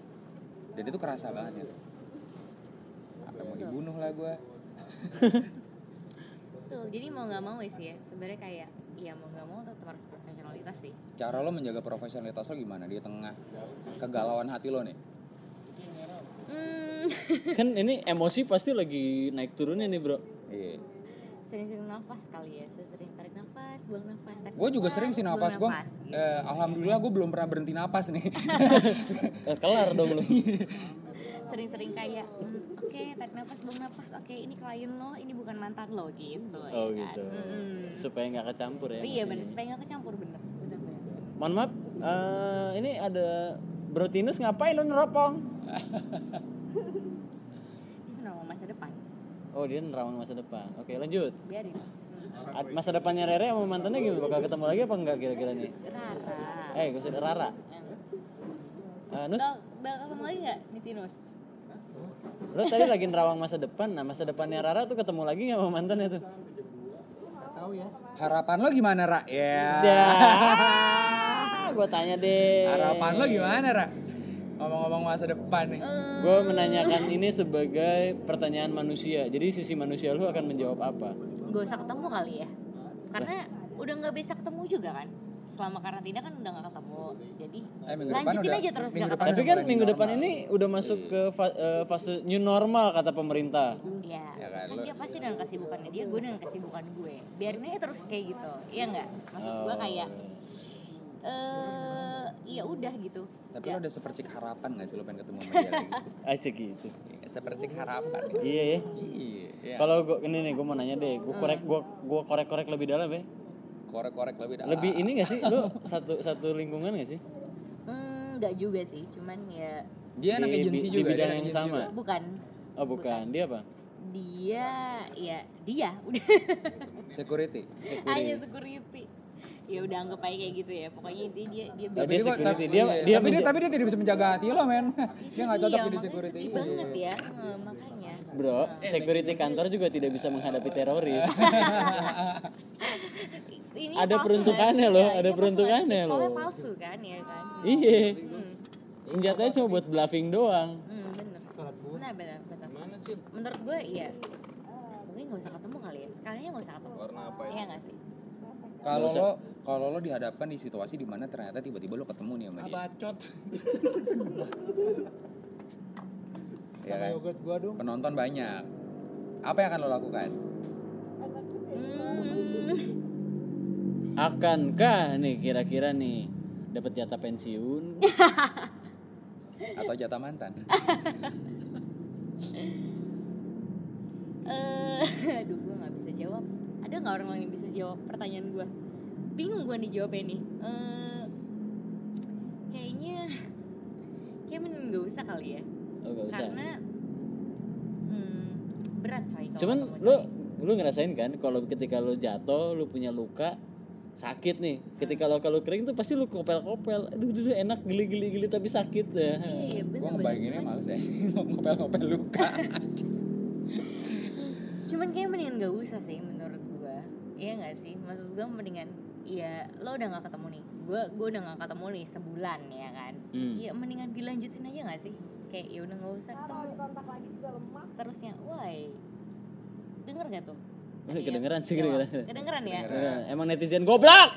S2: Dan itu kerasa banget gitu. Sampai mau dibunuh lah gue.
S5: Betul. Jadi mau nggak mau sih ya sebenarnya kayak ya mau nggak mau tetap harus profesionalitas sih.
S2: Cara lo menjaga profesionalitas lo gimana di tengah kegalauan hati lo nih?
S5: Hmm,
S1: Kan ini emosi pasti lagi naik turunnya nih, Bro.
S2: Iya.
S5: sering-sering nafas kali ya, sering tarik nafas, buang nafas. tarik
S2: Gue juga
S5: nafas,
S2: sering sih
S5: buang
S2: nafas gue.
S5: gitu.
S2: Eh, Alhamdulillah gue belum pernah berhenti nafas nih.
S1: Eh, kelar dong lu.
S5: Sering-sering kayak, hmm, oke tarik nafas, buang nafas, oke ini klien lo, ini bukan mantan lo gitu.
S1: Oh
S5: ya
S1: gitu.
S5: Kan? Mm-mm.
S1: Supaya nggak kecampur ya.
S5: Tapi iya
S1: emosinya.
S5: benar, supaya nggak kecampur bener, bener, bener.
S1: Mohon maaf, eh, ini ada Bro Tinus ngapain lu neropong?
S5: Ini kenapa masa depan?
S1: Oh dia nerawang masa depan. Oke lanjut.
S5: Biarin. Hmm.
S1: A- Masa depannya Rere sama mantannya gimana? Bakal ketemu lagi apa enggak kira-kira nih?
S5: Rara.
S1: Eh, gue sudah Rara.
S5: Hmm.
S1: Eh, Nus,
S5: Bal, bal ketemu lagi nggak di Tinus?
S1: lo tadi lagi nerawang masa depan. Nah, masa depannya Rara tuh ketemu lagi nggak sama mantannya tuh?
S2: Harapan lo gimana, Ra? Ya.
S1: Ja. gue tanya deh.
S2: Harapan lo gimana, Ra? Ngomong-ngomong masa depan nih.
S1: Gue menanyakan ini sebagai pertanyaan manusia. Jadi sisi manusia lu akan menjawab apa?
S5: Gak usah ketemu kali ya, karena udah nggak bisa ketemu juga kan. Selama karantina kan udah nggak ketemu, jadi
S2: Eh, minggu depan
S5: lanjutin
S2: udah-
S5: aja terus
S2: minggu depan
S5: nggak ketemu.
S1: Tapi kan
S2: Orang
S1: minggu
S2: normal.
S1: depan ini udah
S2: Iya.
S1: masuk ke fa- eh, fase new normal kata pemerintah.
S5: Ya,
S2: Ya kan,
S5: kan,
S2: lu-
S5: dia pasti dengan kesibukannya dia, gue dengan kesibukan gue. Biarin aja terus kayak gitu, iya nggak? Maksud
S2: Oh.
S5: gue kayak, eh, ya udah gitu.
S2: Tapi
S5: Nggak-
S2: lo udah sepercik harapan gak sih lo pengen ketemu sama dia lagi?
S1: Aja gitu.
S2: Iya, Sepercik harapan. ya.
S1: Iya ya.
S2: Iya. Hmm. ya.
S1: Kalau gue ini nih gue mau nanya deh, gue korek gue gue korek-korek lebih dalam ya.
S2: Korek-korek lebih dalam.
S1: Lebih ini gak sih? Lu satu satu lingkungan gak sih?
S5: Hmm, nggak juga sih, cuman ya
S2: Dia anak
S1: Di- di-
S2: agensi
S1: di
S2: juga. dia
S1: bidang
S2: anak
S1: yang
S2: agensi
S1: sama.
S2: juga.
S5: bukan
S1: Oh bukan, dia apa?
S5: dia ya dia udah
S2: Security.
S5: hanya security ya udah anggap aja kayak gitu ya pokoknya intinya dia dia
S1: Tapi
S2: Tapi
S1: dia
S2: kok-
S1: security.
S2: tapi-
S1: Dia
S2: iya.
S1: dia
S2: tapi dia
S1: menja-
S2: tapi dia tidak bisa menjaga hati lo men. dia nggak cocok jadi
S5: Iya, makanya
S2: security.
S5: sedih banget ya Eh, makanya
S1: Bro, security kantor juga tidak bisa menghadapi teroris.
S5: ini
S1: Ada
S5: palsu
S1: peruntukannya
S5: kan?
S1: loh,
S5: Iya,
S1: ada
S5: ini palsu
S1: peruntukannya
S5: kan? Pistolnya
S1: loh.
S5: palsu kan ya kan
S1: Iya. Senjatanya cuma buat bluffing doang.
S5: hmm, bener benar benar benar menurut gue iya mungkin nggak usah ketemu kali ya sekalinya nggak usah ketemu
S3: Warna
S2: ya?
S3: apa itu?
S5: iya nggak sih
S2: Kalau lo kalau lo dihadapkan di situasi di mana ternyata tiba-tiba lo ketemu nih
S6: Ah,
S2: sama dia.
S6: Abacot
S2: Ya
S6: sama
S2: kan?
S6: yogurt gua dong.
S2: Penonton banyak. Apa yang akan lo lakukan?
S5: Hmm,
S1: Akankah nih kira-kira nih dapat jatah pensiun?
S2: Atau jatah mantan?
S5: eh aduh gue nggak bisa jawab ada nggak orang lain yang bisa jawab pertanyaan gue bingung gue nih jawabnya nih eh kayaknya kayaknya mending nggak usah kali ya
S1: Oh gak usah.
S5: karena hmm, berat coy kalau
S1: cuman
S5: ketemu
S1: lu
S5: coy.
S1: lu ngerasain kan kalau ketika lu jatuh lu punya luka sakit nih ketika lo kalau kering tuh pasti lu kopel-kopel aduh, aduh, aduh, enak geli-geli geli tapi sakit ya
S5: iya
S2: Gue
S5: bener bener
S2: ngebayanginnya males ya Ngopel-ngopel luka
S5: cuman kayak mendingan gak usah sih menurut gua iya gak sih maksud gua mendingan Iya, lo udah gak ketemu nih. Gue gue udah gak ketemu nih sebulan ya kan.
S1: Hmm.
S5: Iya, mendingan dilanjutin aja gak sih? Kayak ya udah gak usah
S7: Kalau
S5: ketemu.
S7: dikontak lagi juga lemah.
S5: Terusnya, woi. Denger gak tuh?
S1: Eh,
S5: Iya.
S1: kedengeran sih,
S5: Jawab.
S1: kedengeran.
S5: Kedengeran ya?
S1: Eh, emang netizen goblok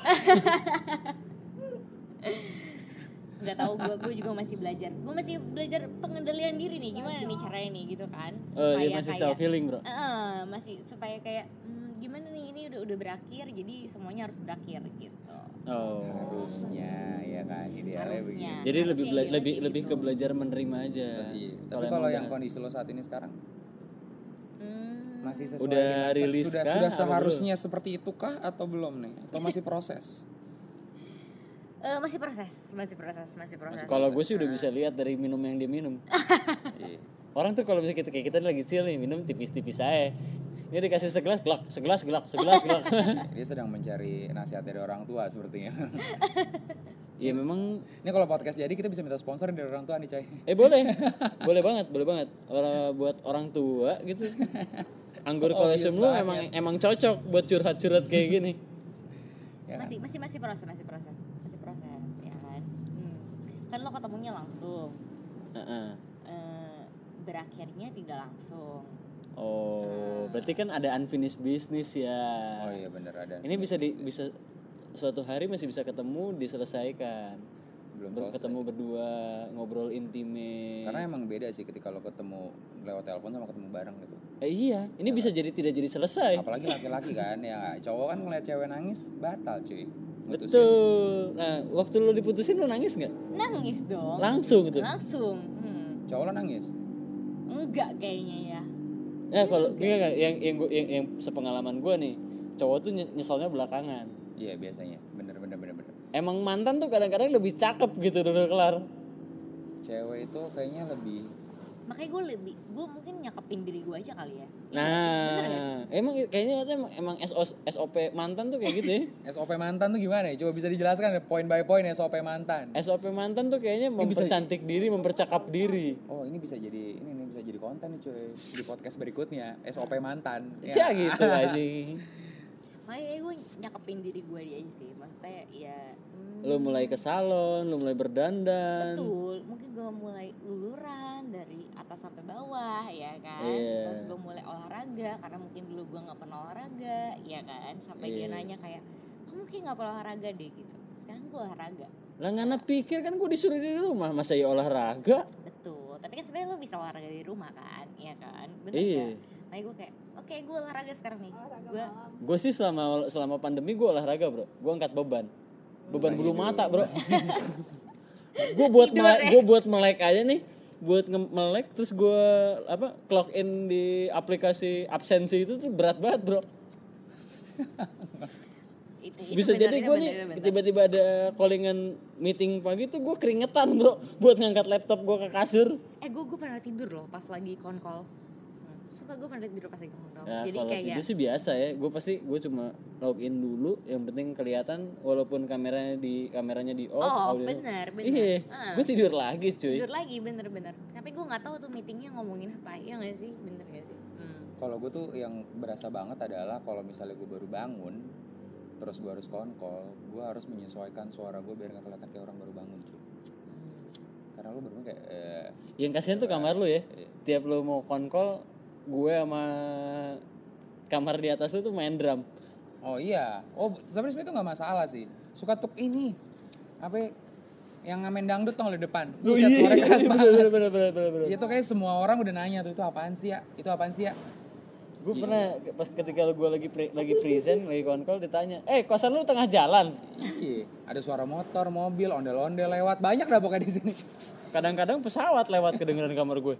S5: nggak tahu gue gue juga masih belajar gue masih belajar pengendalian diri nih gimana nih caranya nih gitu kan
S1: oh dia masih self healing bro
S5: Eh, masih supaya kayak hmm, gimana nih ini udah udah berakhir jadi semuanya harus berakhir gitu
S1: oh
S2: Harusnya ya kan Idealnya
S5: harusnya
S2: begini
S1: jadi
S5: Harusnya
S1: lebih bela-
S5: idealnya
S1: lebih
S5: kayak
S1: lebih
S5: gitu.
S1: ke belajar menerima aja
S2: Iya, Tapi
S1: Kalau
S2: kalau
S1: emang
S2: yang
S1: udah-
S2: kondisi lo saat ini sekarang
S5: Hmm,
S2: masih sesuai
S1: Udah
S2: dengan se-
S1: rilis
S2: sudah
S1: kah
S2: sudah
S1: atau
S2: seharusnya seperti itu kah atau belum nih atau masih proses
S5: eh, masih proses masih proses masih proses
S1: kalau gue sih udah bisa lihat dari minum yang dia minum
S2: Iya.
S1: orang tuh kalau misalnya kita kayak kita lagi chill nih minum tipis-tipis aja ini dikasih segelas gelak segelas gelak segelas gelak
S2: dia sedang mencari nasihat dari orang tua sepertinya
S1: ya memang
S2: ini kalau podcast jadi kita bisa minta sponsor dari orang tua nih cai
S1: eh boleh boleh banget boleh banget orang buat orang tua gitu anggur
S2: Obvious
S1: kolosium lu emang emang cocok buat curhat-curhat kayak gini
S2: Ya kan?
S5: masih masih masih proses masih proses masih proses ya kan Hmm. kan lo ketemunya langsung
S1: Heeh.
S5: eh, berakhirnya tidak langsung
S1: oh berarti kan ada unfinished business ya
S2: oh iya bener ada
S1: ini bisa di bisa suatu hari masih bisa ketemu diselesaikan
S2: belum
S1: Ber-
S2: selesai
S1: ketemu berdua ngobrol intime
S2: karena emang beda sih ketika lo ketemu lewat telepon sama ketemu bareng gitu
S1: Eh, iya ini bisa jadi tidak jadi selesai
S2: apalagi laki-laki kan ya cowok kan ngeliat cewek nangis batal cuy Mutusin.
S1: betul nah waktu lu diputusin lu nangis nggak
S5: nangis dong
S1: langsung gitu
S5: langsung hmm.
S2: cowok lo nangis
S5: enggak kayaknya ya
S1: ya kalau enggak, enggak, yang yang gua- yang, yang sepengalaman gue nih cowok tuh nye- nyesalnya belakangan
S2: iya biasanya bener bener bener bener
S1: emang mantan tuh kadang-kadang lebih cakep gitu dulu kelar
S5: Iya
S2: cewek itu kayaknya lebih
S5: makanya gue lebih gue mungkin nyakepin diri gue aja kali ya
S1: nah emang kayaknya itu emang, emang SOS SOP mantan tuh kayak gitu ya
S2: SOP mantan tuh gimana ya? Coba bisa dijelaskan ya, point by point SOP mantan.
S1: SOP mantan tuh kayaknya mempercantik diri mempercakap diri
S2: Oh ini bisa jadi ini nih bisa jadi konten nih cuy di podcast berikutnya SOP mantan.
S1: ya gitu anjing
S5: makanya gue nyakepin diri gue aja sih maksudnya ya hmm,
S1: lu mulai ke salon lu mulai berdandan
S5: betul mungkin gue mulai luluran dari atas sampai bawah ya kan
S1: Iya.
S5: terus gue mulai olahraga karena mungkin dulu gue nggak pernah olahraga ya kan sampai
S1: Iya.
S5: dia nanya kayak kamu kayak nggak pernah olahraga deh gitu sekarang gue olahraga
S1: lah ngana pikir kan gue disuruh di rumah masa ya olahraga
S5: Betul, tapi kan sebenarnya lo bisa olahraga di rumah kan, iya kan? Bener
S1: Iya.
S5: nggak? Makanya gue kayak, oke gue olahraga sekarang nih Gue,
S1: gue sih selama selama pandemi gue olahraga bro gue angkat beban beban bulu mata bro gue buat melek gue buat melek aja nih buat nge- melek terus gue apa clock in di aplikasi absensi itu tuh berat banget bro
S5: itu, itu
S1: bisa
S5: Iya, bener,
S1: jadi
S5: itu
S1: gue
S5: bener,
S1: nih
S5: itu bener.
S1: tiba-tiba ada callingan meeting pagi tuh gue keringetan bro buat ngangkat laptop gue ke kasur
S5: Eh gue gue pernah tidur loh pas lagi konkol hmm. Sumpah gue pernah tidur pas lagi konkol
S1: Ya,
S5: Oh, Jadi
S1: kalau
S5: kayak
S1: tidur sih biasa ya. Gue pasti gue cuma login dulu. Yang penting kelihatan walaupun kameranya di kameranya di off.
S5: Oh,
S1: audio-
S5: bener, bener.
S1: Iya.
S5: Ah.
S1: Gue tidur lagi cuy.
S5: tidur lagi bener-bener Tapi gue gak tahu tuh meetingnya ngomongin apa Iya gak sih? Bener gak sih? Hmm.
S2: Kalau gue tuh yang berasa banget adalah kalau misalnya gue baru bangun terus gue harus konkol, gue harus menyesuaikan suara gue biar nggak kelihatan kayak orang baru bangun cuy. Karena lo baru bangun kayak eh,
S1: Yang kasihan tuh kamar lu ya. Tiap lu mau konkol, gue sama kamar di atas lu tuh main drum.
S2: oh iya, oh tapi sebenarnya itu nggak masalah sih. Suka tuk ini apa ya? yang ngamen dangdut tong lo di depan. Buset, suara keras
S1: Iya,
S2: banget.
S1: bener, bener, bener, bener, bener.
S2: Iya tuh kayak semua orang udah nanya tuh itu apaan sih ya? Itu apaan sih ya?
S1: Gue pernah pas ketika gue lagi pre- lagi present, lagi konkol ditanya, "Eh, kosan lu tengah jalan?"
S2: Iya, ada suara motor, mobil, ondel-ondel lewat. Banyak dah pokoknya di sini.
S1: Kadang-kadang pesawat lewat kedengeran kamar gue.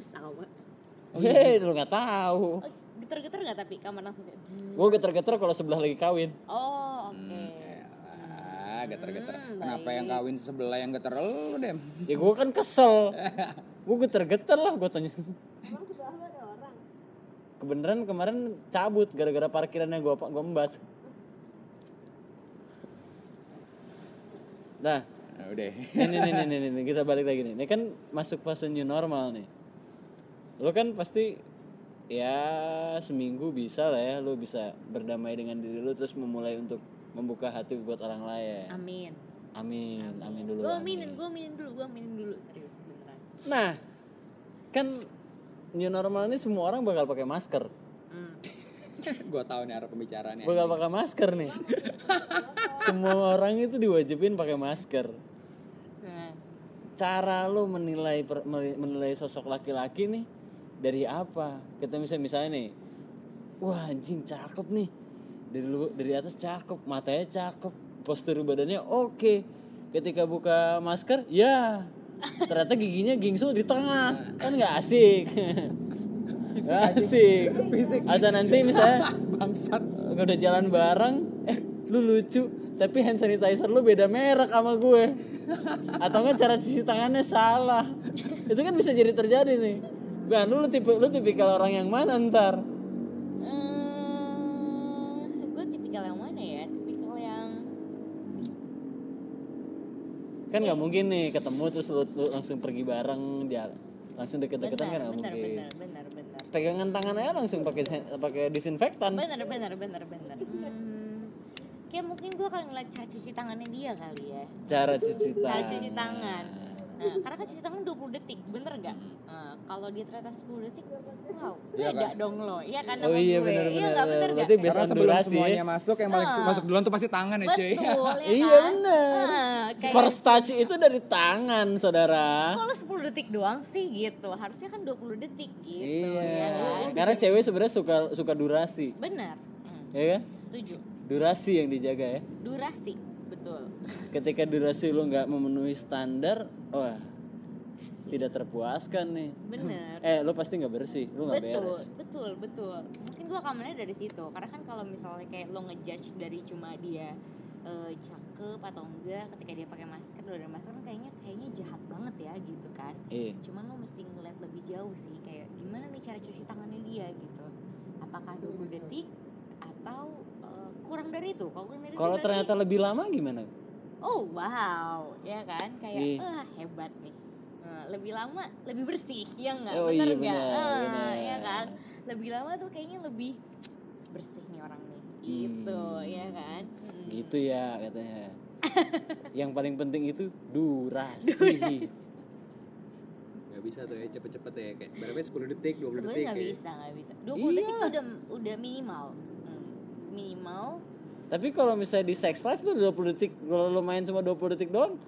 S5: Pesawat
S1: Hei, Oh, iya, lu nggak tahu.
S5: oh, Geter-geter gak tapi kamar langsung kayak "Bzzz."
S1: Gue geter-geter kalau sebelah lagi kawin.
S5: Oh oke
S1: Hmm.
S2: Elah, geter-geter.
S5: Hmm,
S2: Kenapa yang kawin sebelah yang geter lu, Dem?
S1: Ya gue kan kesel. gue geter-geter lah gue tanya. kebenaran kemarin cabut gara-gara parkirannya gua gua embat. Nah,
S2: Nah, udah.
S1: ini nih nih nih nih, nih, kita balik lagi nih. Ini kan masuk fase new normal nih. Lo kan pasti ya seminggu bisa lah ya lo bisa berdamai dengan diri lo terus memulai untuk membuka hati buat orang lain.
S5: Amin.
S1: Amin, amin, dulu.
S5: Gue
S1: lah,
S5: aminin, gue aminin dulu, gue aminin dulu serius beneran.
S1: Nah, kan new normal ini semua orang bakal pakai masker.
S2: gue tahu nih arah pembicaraannya.
S1: Bakal pakai masker nih. semua orang itu diwajibin pakai masker.
S5: Nah,
S1: Cara lo menilai per- meli- menilai sosok laki-laki nih dari apa? Kita misalnya misalnya nih, wah anjing cakep nih. Dari lu- dari atas cakep, matanya cakep, postur badannya oke. Ketika buka masker, ya ternyata giginya gingsul di tengah. Kan nggak asik. Asik. Atau nanti misalnya
S2: Bangsat.
S1: udah jalan bareng, eh lu lucu, tapi hand sanitizer lu beda merek sama gue. Atau enggak cara cuci tangannya salah. Itu kan bisa jadi terjadi nih. Nah, lu, lu tipe lu tipikal orang yang mana ntar?
S5: eh gue tipikal yang mana ya? Tipikal yang
S1: Kan nggak mungkin nih ketemu terus lu, lu langsung pergi bareng jalan. Langsung deket-deketan kan nggak
S5: benar,
S1: mungkin.
S5: benar, benar, benar,
S1: Pegangan tangan aja langsung pakai pakai disinfektan.
S5: benar, benar, benar, benar. Hmm, kayak mungkin gue akan ngeliat cara cuci tangannya dia kali ya.
S1: Cara cuci tangan.
S5: Cara cuci tangan. Nah, karena kan cuci tangan 20 detik, bener gak? Nah, kalau dia ternyata 10 detik, wow,
S2: Iya
S5: beda dong lo. Iya kan
S1: Oh
S5: sama
S1: iya
S5: gue. iya
S1: benar-benar.
S5: gak bener gak?
S1: Berarti based
S2: Karena
S1: on
S2: sebelum
S1: durasi. ya.
S2: semuanya masuk yang paling masuk duluan tuh pasti tangan ya cuy.
S5: Betul, ya
S1: Iya
S5: kan?
S1: benar.
S5: Ah, kayak-
S1: First touch itu dari tangan, saudara.
S5: kalau 10 detik doang sih gitu harusnya kan 20 detik gitu ya kan
S1: Iya. Karena cewek sebenarnya suka suka durasi,
S5: benar Hmm,
S1: ya kan?
S5: setuju
S1: Durasi yang dijaga ya.
S5: durasi betul
S1: Ketika durasi lu nggak memenuhi standar, wah tidak terpuaskan nih.
S5: benar
S1: Eh, lu pasti nggak bersih, lu nggak
S5: betul
S1: beres.
S5: betul betul mungkin gue akan melihat dari situ karena kan kalau misalnya kayak lo ngejudge dari cuma dia eh, cakep atau enggak ketika dia pakai masker udah ada masker kan kayaknya kayaknya jahat banget ya gitu kan
S1: Iya.
S5: cuman lo mesti ngeliat lebih jauh sih kayak gimana nih cara cuci tangannya dia gitu apakah 20 detik atau eh, kurang dari itu kalau kurang dari itu
S1: Kalau
S5: berarti-
S1: ternyata lebih lama gimana?
S5: oh wow ya kan
S1: Iya.
S5: kayak wah hebat nih Nah, lebih lama lebih bersih ya nggak
S1: Oh, iya,
S5: bener nggak
S1: benar,
S5: Ah,
S1: benar.
S5: ya kan lebih lama tuh kayaknya lebih bersih nih orang nih gitu ya kan Hmm.
S1: Gitu ya katanya. yang paling penting itu durasi.
S2: Gak bisa tuh ya cepet-cepet ya kayak berapa ya, 10 detik, 20
S5: sebenarnya
S2: detik.
S5: nggak
S2: kayak.
S5: bisa nggak bisa dua puluh
S1: Iya.
S5: detik tuh udah udah minimal Hmm, minimal
S1: Tapi kalau misalnya di sex life tuh 20 detik, kalau lu main cuma 20 detik doang,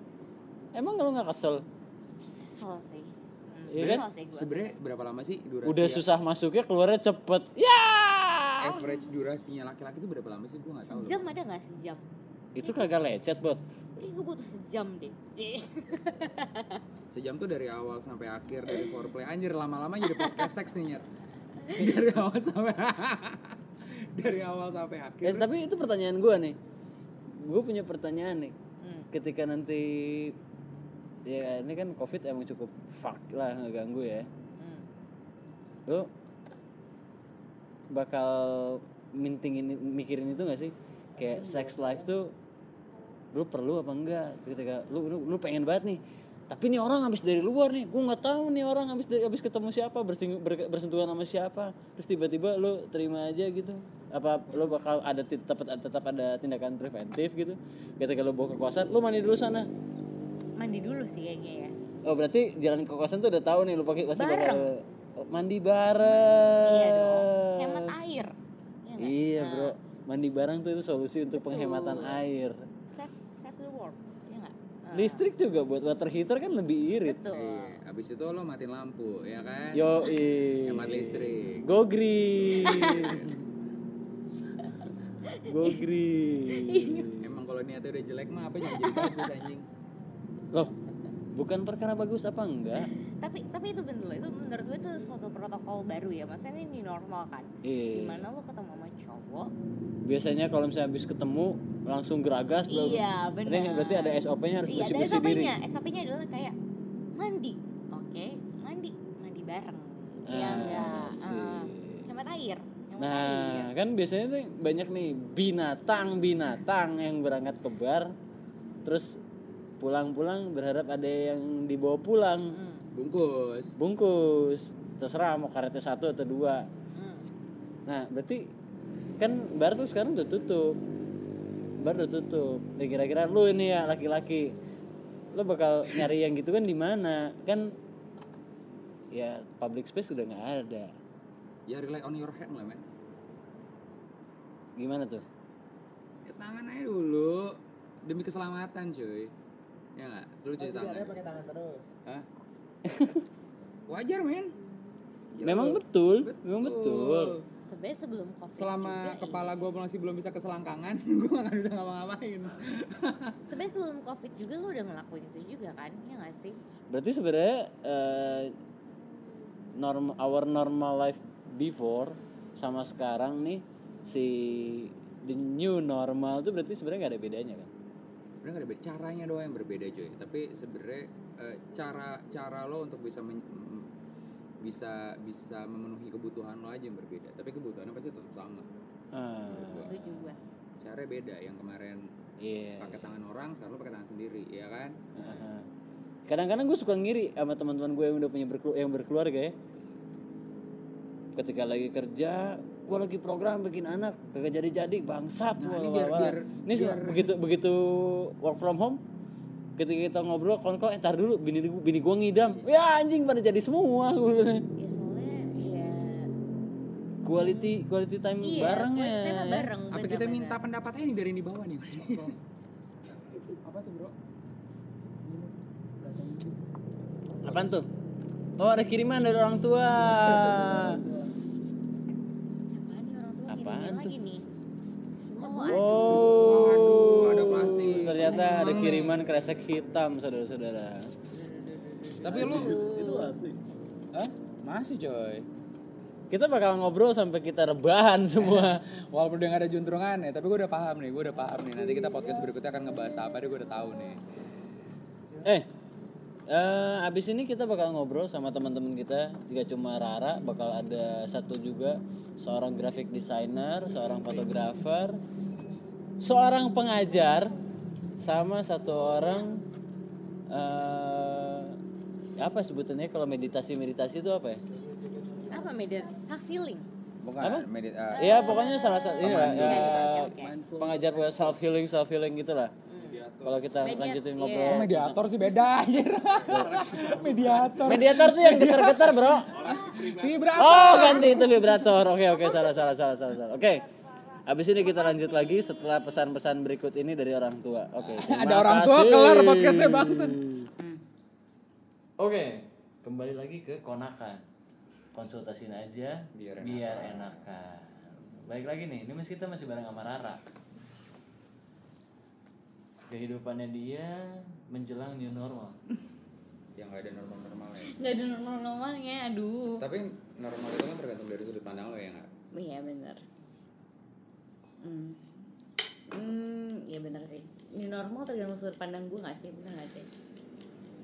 S1: emang lu nggak kesel?
S5: kesel sih Hmm,
S1: Iya
S5: kesel
S1: kan?
S5: sih gua.
S2: Sebenarnya berapa lama sih durasi?
S1: Udah
S2: ya?
S1: susah masuknya, keluarnya cepet. Ya!
S2: Average durasinya laki-laki itu berapa lama sih? Gue gak tahu loh.
S5: sejam ada nggak sejam
S1: Itu kagak lecet, Bot.
S5: Ih, gue butuh sejam deh
S2: Sejam tuh dari awal sampai akhir dari foreplay. Anjir lama-lama jadi podcast seks nih nyet. Dari awal sampai dari awal sampai akhir.
S1: Eh, tapi itu pertanyaan gua nih. Gue punya pertanyaan nih. Ketika nanti ya ini kan Covid emang cukup fuck lah ngeganggu ya. Lu bakal mintingin mikirin itu gak sih?
S5: Iya.
S1: Kayak sex life tuh lu perlu apa enggak ketika lu lu, lu pengen banget nih tapi nih orang habis dari luar nih gua nggak tahu nih orang habis dari habis ketemu siapa bersinggung- ber- bersentuhan sama siapa terus tiba-tiba lu terima aja gitu apa lu bakal ada ti- tetap tetap ada tindakan preventif gitu ketika lu bawa kekuasaan lu mandi dulu sana
S5: mandi dulu sih kayaknya ya
S1: oh berarti jalan kekuasaan tuh udah tahu nih lu pakai pasti
S5: Bareng.
S1: bakal Oh, mandi bareng
S5: Iya dong, hemat
S1: Eh.
S5: air. Iya nggak? Ah.
S1: iya bro mandi bareng tuh itu solusi untuk penghematan air
S5: Save, save the world, iya nggak? Nah,
S1: listrik juga buat water heater kan lebih irit
S5: Betul.
S2: Iya, Abis itu lo matiin lampu, ya kan?
S1: Yo,
S2: Hemat listrik.
S1: Go green. Go green.
S2: Emang kalau niatnya udah jelek mah apa yang jadi bagus anjing?
S1: Loh, bukan perkara bagus apa enggak?
S5: Tapi tapi itu bener loh, itu menurut gue itu suatu protokol baru ya. Maksudnya ini normal kan?
S1: Iya.
S5: Dimana lo ketemu sama cowok?
S1: Biasanya kalau misalnya habis ketemu langsung geragas bla- bla-
S5: Iya,
S1: Ini
S5: benar.
S1: berarti ada SOP-nya harus
S5: Iya, ada
S1: bersih-bersih diri.
S5: SOP-nya. SOP-nya adalah kayak mandi. Oke, mandi, mandi bareng. Iya
S1: Ah,
S5: enggak?
S1: sih.
S5: hemat mata air yang mata air
S1: Nah, kan biasanya tuh banyak nih binatang-binatang yang berangkat ke bar terus pulang-pulang berharap ada yang dibawa pulang.
S2: bungkus
S1: Bungkus. Terserah mau karetnya satu atau dua. Nah, berarti kan bar tuh sekarang udah tutup. Bar udah tutup. Ya, kira-kira lu ini ya laki-laki. Lu bakal nyari yang gitu kan di mana? Kan ya public space udah nggak ada.
S2: ya rely on your hand lah men
S1: Gimana tuh?
S2: ya, tangan aja dulu demi keselamatan cuy ya nggak lu cuci tangan
S8: pakai tangan terus
S2: Hah? wajar men Gila
S1: Memang
S2: lu.
S1: betul, memang betul.
S5: sebenarnya sebelum covid
S2: selama
S5: juga,
S2: kepala gue masih belum bisa keselangkangan gue nggak bisa ngapa-ngapain
S5: sebenarnya sebelum covid juga lo udah ngelakuin itu juga kan ya nggak sih
S1: Berarti sebenarnya eh, norm our normal life before sama sekarang nih si the new normal tuh berarti sebenarnya nggak ada bedanya kan?
S2: sebenarnya nggak ada beda- caranya doang yang berbeda cuy tapi sebenarnya eh, cara cara lo untuk bisa men- m- bisa bisa memenuhi kebutuhan lo aja yang berbeda tapi kebutuhannya pasti tetap sama
S1: Ah,
S5: setuju gue
S2: cara beda yang kemarin
S1: Iya.
S2: pakai tangan orang sekarang lo pakai tangan sendiri ya kan
S1: Ah. Kadang-kadang gue suka ngiri sama teman-teman gue yang udah punya berkelu- yang berkeluarga ya. Ketika lagi kerja, gue lagi program bikin anak, kagak jadi-jadi bangsat
S2: Nah, ini
S1: wah,
S2: biar-
S1: wah, wah.
S2: biar-
S1: Ini se-
S2: biar-
S1: begitu begitu work from home ketika kita ngobrol konkol eh tar dulu bini bini gue ngidam
S2: Iya.
S1: ya anjing pada jadi semua
S5: ya soalnya ya
S1: quality quality time
S5: iya
S1: bareng
S5: gua
S1: ya
S5: tema bareng
S2: apa kita minta pendapatnya nih dari yang di bawah nih
S1: Iya,
S2: apa tuh bro
S1: apaan tuh oh ada kiriman dari orang tua
S5: apaan nih orang tua
S1: Apaan tuh?
S5: kirimin lagi nih oh
S1: oh
S2: ada plastik.
S1: ternyata ada kiriman kresek hitam saudara-saudara
S2: tapi
S1: iya.
S2: lo itu Hah? masih coy
S1: kita bakal ngobrol sampai kita rebahan semua
S2: Walaupun udah gak ada juntrungan ya, tapi gue udah paham nih, gue udah paham nih. Nanti kita podcast berikutnya akan ngebahas apa deh, gue udah tahu nih.
S1: eh eh, abis ini kita bakal ngobrol sama teman-teman kita Tiga cuma Rara bakal ada satu juga seorang graphic designer seorang fotografer seorang pengajar sama satu orang eh apa sebutannya kalau meditasi meditasi itu apa ya
S5: apa media hak feeling
S2: Bukan medit eh,
S1: Iya pokoknya salah satu ini lah eh, pengajar self healing self healing gitulah. gitu Kalau kita lanjutin
S2: oh,
S1: ngobrol.
S2: mediator sih beda anjir. mediator.
S1: Mediator tuh yang getar-getar bro.
S2: Vibrator.
S1: Oh ganti itu vibrator. Oke oke salah salah salah salah salah. Oke. Abis ini kita lanjut lagi setelah pesan-pesan berikut ini dari orang tua. Oke. terima
S2: ada orang tua
S1: kasih.
S2: kelar podcastnya bangsat.
S1: Hmm. Oke. Kembali lagi ke konakan. Konsultasiin aja
S2: Biar enakan.
S1: enakan. Baik lagi nih, ini masih kita masih bareng sama Rara. kehidupannya dia menjelang new normal.
S2: Yang gak ada normal-normalnya.
S5: nggak ada normal normalnya aduh
S2: Tapi normal itu kan tergantung dari sudut pandang lo ya nggak?
S5: iya benar hmm. hmm
S3: iya
S5: ya benar sih ini normal tergantung sudut pandang gue nggak sih benar nggak sih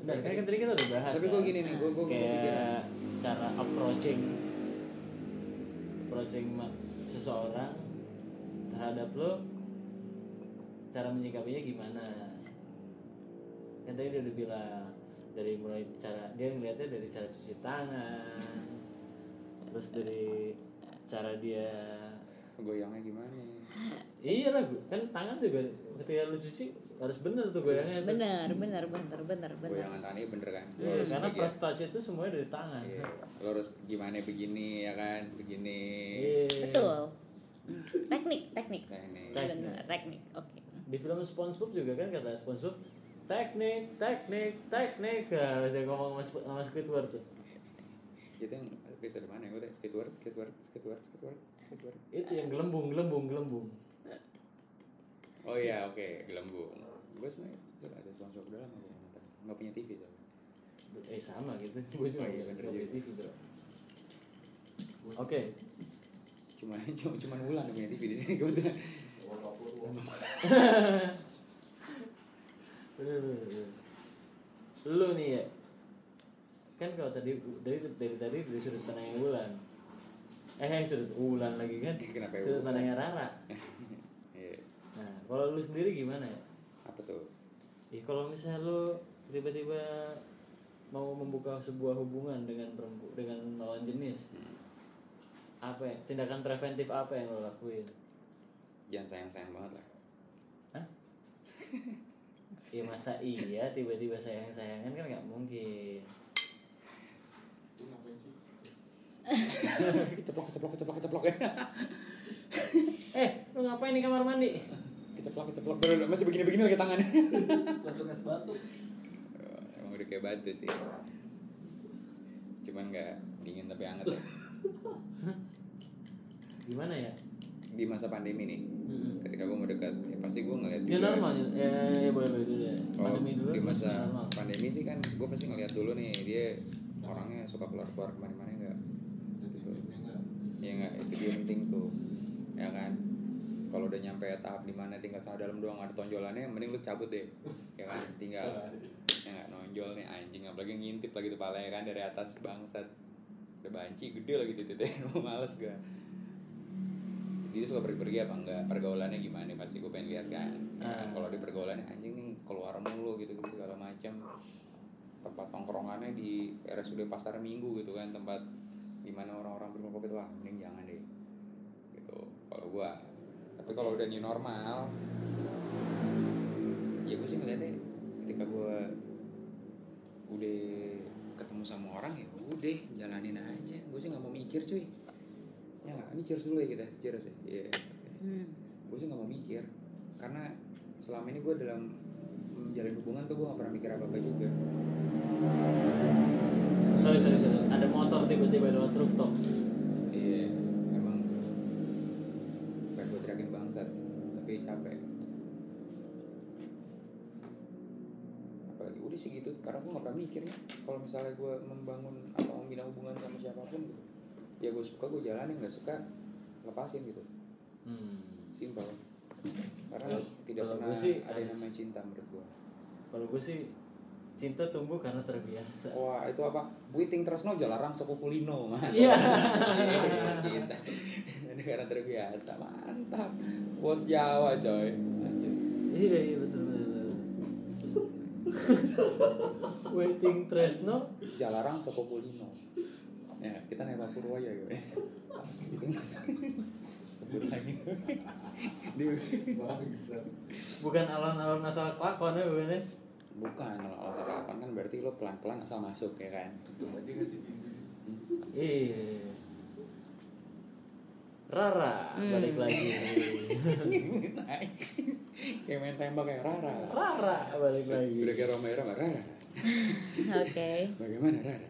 S1: Udah, kan kan tadi kita udah bahas.
S2: Tapi
S1: kan?
S2: gue gini nih, gue gue gue pikiran.
S1: kayak cara approaching approaching ma- seseorang terhadap lo cara menyikapinya gimana kan tadi dia udah bilang dari mulai cara dia ngeliatnya dari cara cuci tangan terus dari cara dia
S2: Goyangnya gimana?
S1: iya lah gua- kan tangan juga ketika lu cuci harus bener tuh goyangnya tuh.
S5: benar benar benar benar benar
S2: Goyangan tangannya bener kan? Lo
S1: Iya,
S2: harus
S1: karena
S2: begini.
S1: prestasi itu semuanya dari tangan
S2: Iya. Lo harus gimana begini ya kan? Begini.
S1: Iya.
S5: betul Hmm. teknik teknik
S2: Nah, ini.
S5: benar teknik oke
S1: di film SpongeBob juga kan kata SpongeBob teknik teknik teknik nah, dia ngomong sama, Sp- sama Squidward tuh
S2: Itu yang episode mana ya? Gue tanya Squidward, Squidward, Squidward, Squidward, Squidward.
S1: itu yang gelembung gelembung gelembung
S2: Oh iya, oke, gelembung. Gue sebenarnya suka ada SpongeBob udah lama gue nonton. Nggak punya TV soalnya.
S1: eh sama gitu gue juga
S2: Oh, iya, bener
S1: nggak
S2: juga.
S1: di TV bro gitu. oke
S2: Cuma cuma cuma Wulan yang punya TV di sini kebetulan.
S1: lu nih ya kan kalau tadi dari dari tadi dari sudut pandangnya bulan eh sudut bulan lagi kan
S2: Kenapa ya,
S1: sudut
S2: bulan?
S1: pandangnya Rara
S2: Iya.
S1: nah kalau lu sendiri gimana ya
S2: Apa tuh?
S1: Ya, kalau misalnya lu tiba-tiba mau membuka sebuah hubungan dengan perempu- dengan lawan jenis apa ya tindakan preventif apa yang lo lakuin
S2: Jangan sayang-sayang banget lah.
S1: Hah? ya masa iya tiba-tiba sayang sayangan kan nggak mungkin
S2: Keceplok, keceplok, keceplok, keceplok.
S1: eh lu ngapain di kamar mandi
S2: keceplok, keceplok. Baru masih begini-begini lagi tangannya.
S8: Langsung es batu.
S2: Emang udah kayak batu sih. Cuman nggak dingin tapi hangat ya.
S1: gimana ya
S2: Di masa pandemi nih,
S1: Mm-mm.
S2: ketika gue mau dekat, ya pasti gue ngeliat
S1: New
S2: juga.
S1: normal ya, ya, ya boleh boleh dulu ya
S2: Kalau
S1: pandemi dulu
S2: Oh, di
S1: terus
S2: masa
S1: new normal.
S2: pandemi sih kan, gue pasti ngeliat dulu nih dia orangnya suka keluar-keluar kemana-mana nggak. Gitu. Ya nggak, itu dia penting tuh, ya kan. Kalau udah nyampe tahap dimana tinggal sah dalam doang ada tonjolannya, mending lu cabut deh, ya kan. Tinggal ya nggak nonjol nih anjing apalagi ngintip lagi tuh palanya kan dari atas bangsat udah banci gede lagi titiknya mau males gua jadi suka pergi-pergi apa enggak pergaulannya gimana pasti gue pengen lihat kan, Ya
S1: Ah.
S2: kan? kalau di pergaulannya anjing nih keluar mulu gitu gitu segala macam tempat tongkrongannya di RSUD pasar minggu gitu kan tempat dimana orang-orang berkumpul gitu wah mending jangan deh gitu kalau gua tapi kalau udah new normal ya gue sih ngeliatnya ketika gue udah ketemu sama orang ya udah jalanin aja gue sih nggak mau mikir cuy ya nggak? ini cheers dulu ya kita cheers ya iya gue sih nggak mau mikir karena selama ini gue dalam menjalin hubungan tuh gue nggak pernah mikir apa apa juga
S1: sorry sorry sorry ada motor tiba-tiba lewat rooftop
S2: iya emang kayak gue teriakin bangsat tapi capek apalagi udah sih gitu karena gue gak pernah mikirnya kalau misalnya gue membangun atau membina hubungan sama siapapun gitu ya gue suka gue jalanin nggak suka lepasin gitu
S1: hmm.
S2: simpel karena
S1: Eh,
S2: tidak
S1: kalau gue
S2: pernah
S1: sih
S2: ada yang
S1: harus-
S2: namanya cinta menurut gue
S1: kalau gue sih cinta tumbuh karena terbiasa
S2: wah itu apa witing tresno jalarang sepukulino mah
S1: Iya.
S2: cinta ini karena terbiasa mantap quotes Jawa coy Lanjut.
S1: Iya iya betul betul. Waiting Tresno.
S2: Jalarang Sekokulino. Ya, kita naik Purwaya gitu. Sebut lagi. Dia
S1: Bukan alon-alon asal kelakon ya bukan ya?
S2: bukan kalau alasan delapan kan berarti lo pelan-pelan asal masuk ya kan.
S1: Iya. Rara balik lagi.
S2: kayak main tembak kayak Rara.
S1: Rara balik lagi.
S2: Udah kayak Romero Rara.
S3: Oke.
S2: Bagaimana Rara?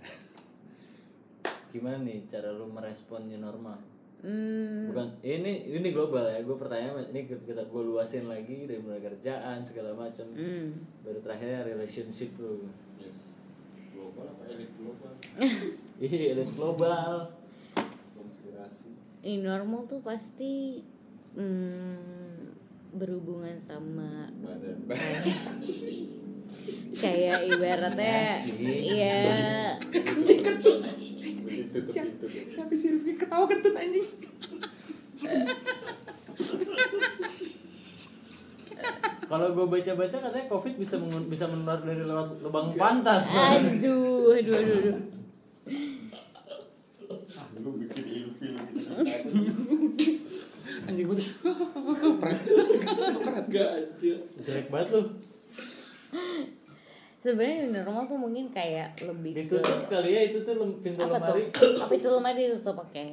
S1: Gimana nih cara lu merespon new normal?
S3: Hmm,
S1: Bukan ini ini global ya. Gue pertanyaan ini kita gue luasin lagi dari mulai kerjaan segala macam.
S3: hmm.
S1: Baru terakhirnya relationship lu.
S8: Yes. Global apa elit global?
S1: Iya, elit global.
S8: Konspirasi.
S3: Ini normal tuh pasti hmm, berhubungan sama
S8: Badan.
S3: kayak ibaratnya
S1: Iya Sih.
S3: ya
S8: Begitu tuh pintu deh.
S2: Siapa sih Rifki ketawa kentut anjing?
S1: Kalau gue baca-baca katanya COVID bisa mengun- bisa menular dari lewat lubang pantat.
S3: aduh aduh aduh, aduh.
S8: Lu bikin ilfil.
S2: Anjing gue tuh. Pret. Pret.
S8: Enggak aja.
S1: Jelek banget lu.
S3: sebenarnya new normal tuh mungkin kayak lebih ke
S1: Ditutup kali ya itu tuh lem- pintu
S3: apa tuh
S1: lemari.
S3: apa itu lemari ditutup oke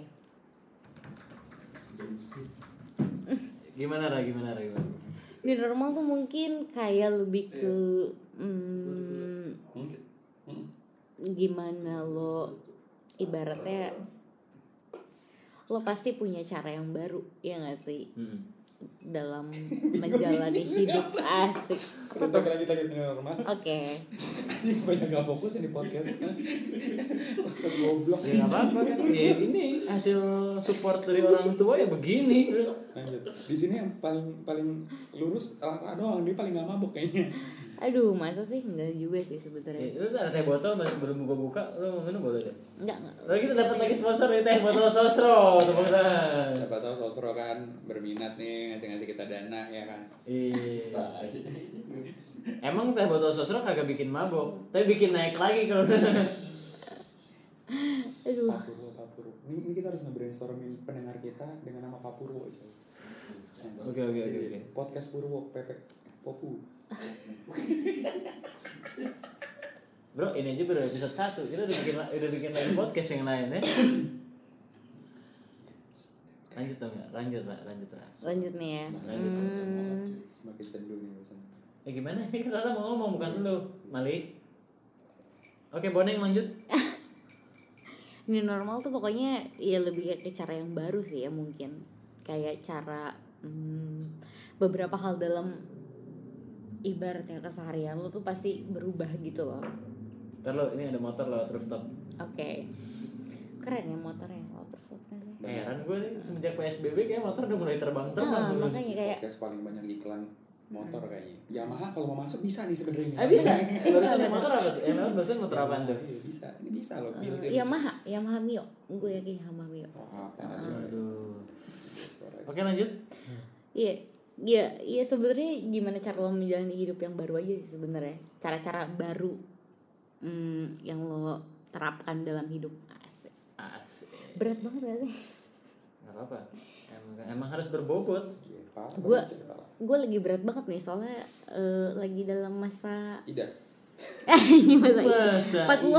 S1: Gimana Ra? Gimana Ra? Gimana?
S3: new normal tuh mungkin kayak lebih ke hmm, gimana lo ibaratnya lo pasti punya cara yang baru ya nggak sih
S1: Mm-mm.
S3: dalam menjalani hidup asik
S2: Terus lagi lanjut lagi di normal.
S3: oke
S2: Ini banyak gak fokus di podcast. Pas pas goblok.
S1: Ya nggak apa-apa kan. Ya, ini hasil support dari orang tua ya begini.
S2: lanjut di sini yang paling paling lurus Rara doang dia paling gak mabok kayaknya
S5: aduh masa sih enggak juga sih sebenarnya
S1: Ya, itu ada teh botol ma- belum buka buka lu mau minum boleh deh
S5: enggak enggak
S1: lalu kita dapat lagi sponsor dari teh botol sosro tepuk tangan
S2: Siapa tahu Sosro kan berminat nih ngasih-ngasih kita dana ya kan.
S1: iya emang teh botol sosro kagak bikin mabok tapi bikin naik lagi kalau
S5: aduh
S2: Papuro, Papuro. Ini, ini kita harus nge-brainstorming pendengar kita dengan nama Papuro. coy.
S1: oke oke oke oke
S2: Podcast Purwo PP Popu.
S1: bro ini aja baru episode satu kita udah bikin udah bikin lagi podcast yang lain ya lanjut dong ya lanjut lah lanjut lah
S5: lanjut nih ya hmm.
S2: Semakin sendu nih bosan.
S1: ya gimana ini kan Rara mau ngomong bukan lu Mali oke boneng lanjut
S5: new normal tuh pokoknya ya lebih kayak ke cara yang baru sih ya mungkin kayak cara hmm, beberapa hal dalam ibaratnya keseharian lo tuh pasti berubah gitu loh
S1: ntar lo ini ada motor lewat rooftop
S5: oke keren ya motornya waterfall kan sih
S1: Eh, heran gue nih semenjak PSBB kayak motor udah mulai terbang-terbang
S5: nah, makanya kayak
S2: Podcast paling banyak iklan motor kayaknya. Yamaha kalau mau masuk bisa nih sebenarnya.
S1: Ah bisa? Barusan yang motor apa tuh? Eh, lewat barusan motor apaan tuh?
S2: Iya, bisa. Ini bisa loh. Built
S5: eh,
S2: in.
S5: Yamaha Ah. Yamaha Mio gue yakin Yamaha Mio
S2: Wah, apa aja.
S1: Aduh. Oke lanjut.
S5: Iya, iya, iya sebenarnya gimana cara lo menjalani hidup yang baru aja sih sebenarnya. Cara-cara baru hmm, yang lo terapkan dalam hidup asik.
S1: Asik.
S5: Berat banget gak sih?
S1: Gak apa-apa. Emang, emang harus berbobot.
S2: Iya, parah,
S5: Gua-
S2: banget, parah.
S5: Gue lagi berat banget nih soalnya eh, lagi dalam masa
S2: Ida.
S5: ini masa
S1: Masa
S5: 40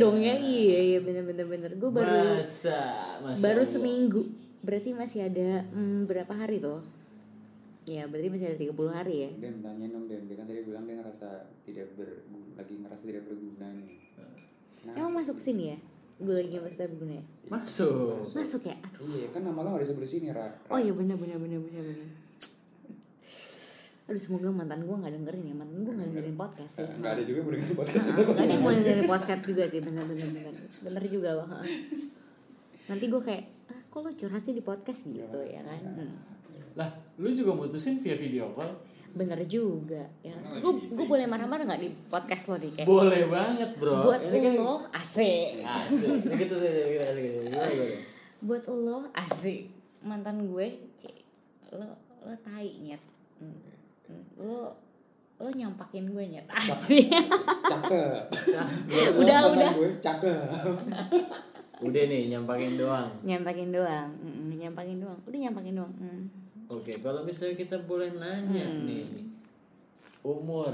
S1: iya.
S5: dong ya. Iya, iya bener-bener bener. Gue baru
S1: Masa, masa.
S5: baru seminggu. Berarti masih ada hmm, berapa hari tuh? Ya, berarti masih ada 30 hari ya.
S2: Dem, tanyain dong Dem. Dia kan tadi bilang dia ngerasa tidak berguna, lagi ngerasa tidak berguna nih. Nah,
S5: Emang masuk ke sini ya? Gue lagi masa berguna ya?
S1: Masuk.
S5: Masuk ya? Aduh.
S2: Iya, kan nama lo gak di sebelah sini, Ra. Ra.
S5: Oh iya benar benar benar benar benar. Aduh semoga mantan gue nggak dengerin ya mantan gue nggak dengerin podcast ya.
S2: Eh, Nggak ada juga yang mendengar podcast
S5: Ah,
S2: itu.
S5: Nggak ada yang mau dengerin podcast juga sih benar benar benar. Bener juga loh. ha. Nanti gue kayak ah, kok lo curhat sih di podcast gitu ya kan? Hmm.
S1: Lah, lu juga mutusin via video call?
S5: Bener juga ya. Gue gue boleh marah-marah nggak di podcast lo nih kayak?
S1: Boleh banget bro.
S5: Buat
S1: Ini kan-
S5: lo asik.
S1: Asik. Ini Gitu tuh, gitu, gitu, gitu. Gimana, gimana?
S5: Buat lo asik. Mantan gue kayak, lo lo tai nyet. Hmm. Hmm. Lo lo nyampakin gue nyet asik.
S2: Cakep.
S5: udah
S2: Mantan
S5: udah
S2: Gue cakep.
S1: Udah nih, nyampakin doang.
S5: nyampakin doang Mm-mm, nyampakin doang udah nyampakin doang Mm.
S1: Oke, kalau misalnya kita boleh nanya
S5: Hmm.
S1: nih. Umur,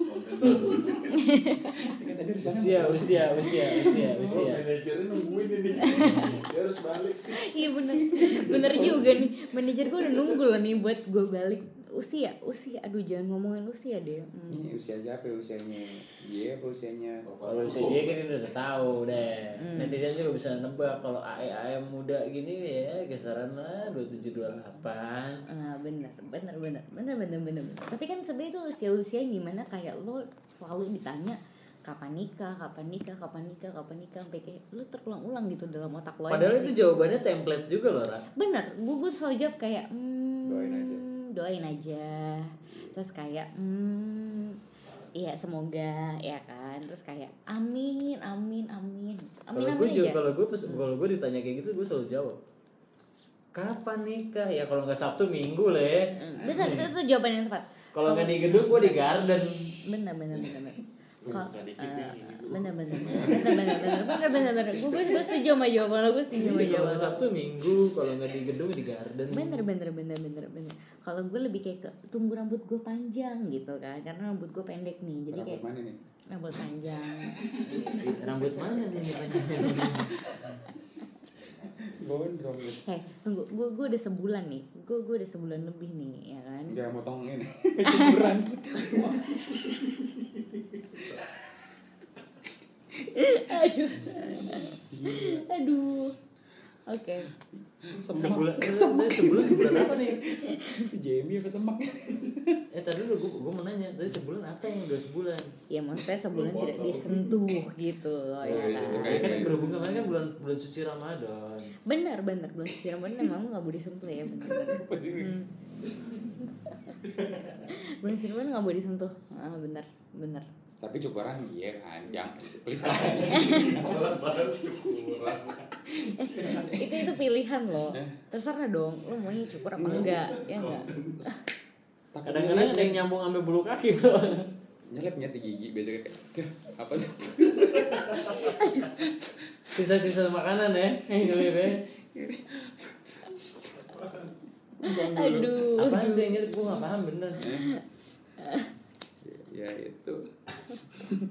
S2: Ini kan tadi rencana.
S1: usia, usia, usia, usia, usia.
S8: manajernya nungguin ini dia harus balik
S5: iya bener bener juga nih manajer gue udah nunggu loh nih buat gue balik usia usia ya. aduh jangan ngomongin usia deh Mm.
S2: Ini usia siapa ya usianya? Iya apa usianya?
S1: Kalau usia dia kan ini udah tahu deh.
S5: Hmm.
S1: Netizen juga bisa nebak kalau E, AE AE muda gini ya kisaran lah 27 28.
S5: Ah, bener bener bener bener bener bener bener. tapi kan sebenarnya itu usia usia yang dimana kayak lo selalu ditanya kapan nikah kapan nikah kapan nikah kapan nikah sampai kayak lo terulang-ulang gitu dalam otak lo ya
S1: Padahal
S5: nggak
S1: itu
S5: sih?
S1: jawabannya template juga loh, Ra.
S5: bener gue gue selalu jawab kayak hmm,
S2: Doain aja.
S5: doain aja terus kayak hmm iya semoga ya kan terus kayak amin amin amin amin ya?
S1: Kalau gue
S5: amin iya.
S1: juga
S5: aja
S1: kalau gue pas- kalau gue ditanya kayak gitu gue selalu jawab. Kapan nikah? Ya kalau nggak Sabtu Minggu lah ya.
S5: Hmm, betul itu, itu jawaban yang tepat
S1: Kalau nggak di gedung gue di garden.
S5: bener bener bener bener Kok- eh, bener bener bener bener bener bener bener bener gue gue gue setuju sama jawaban lo gue setuju
S1: Iya,
S5: sama
S1: Kalau
S5: jawaban
S1: nggak
S5: lo
S1: Sabtu Minggu, kalau nggak di gedung di garden.
S5: iya, bener bener bener bener bener kalau gue lebih kayak ke tunggu rambut gue panjang gitu kan karena rambut gue pendek nih jadi
S2: Rambut
S5: kayak
S2: mana nih?
S5: rambut panjang
S1: Iya, Rambut mana nih yang dipanjangin?
S2: Gondrong. lu.
S5: Eh, tunggu, gue gue udah sebulan nih, gue gue udah sebulan lebih nih, ya kan?
S2: Udah motongin.
S5: Aduh, aduh, oke.
S1: Sebulan, sebulan, sebulan, sebulan apa nih?
S2: Itu Jamie apa semak?
S1: Eh tadi dulu gue gue mau nanya tadi sebulan apa yang udah sebulan?
S5: Ya maksudnya sebulan tidak disentuh gitu loh, ya
S2: iya,
S5: kan?
S2: iya.
S1: Ya kan berhubung kemarin kan bulan bulan suci Ramadan.
S5: Bener bener, bulan suci Ramadan emang nggak boleh disentuh ya, bener bener. Hmm. Bulan Cirebon nggak boleh disentuh. Ah, bener, bener.
S2: Tapi cukuran iya kan, yang please lah.
S5: itu itu pilihan loh. Terserah dong, lo maunya cukur
S2: Iya.
S5: apa enggak, ya enggak.
S2: Takut
S1: kadang-kadang ada yang nyambung sampai bulu kaki loh
S2: nyelip nyet di gigi biasanya kayak "Keh, apa tuh?
S1: sisa-sisa makanan ya yang nyelip ya
S5: Aduh,
S1: apaan tuh yang nyelip gue gak paham bener
S2: ya itu.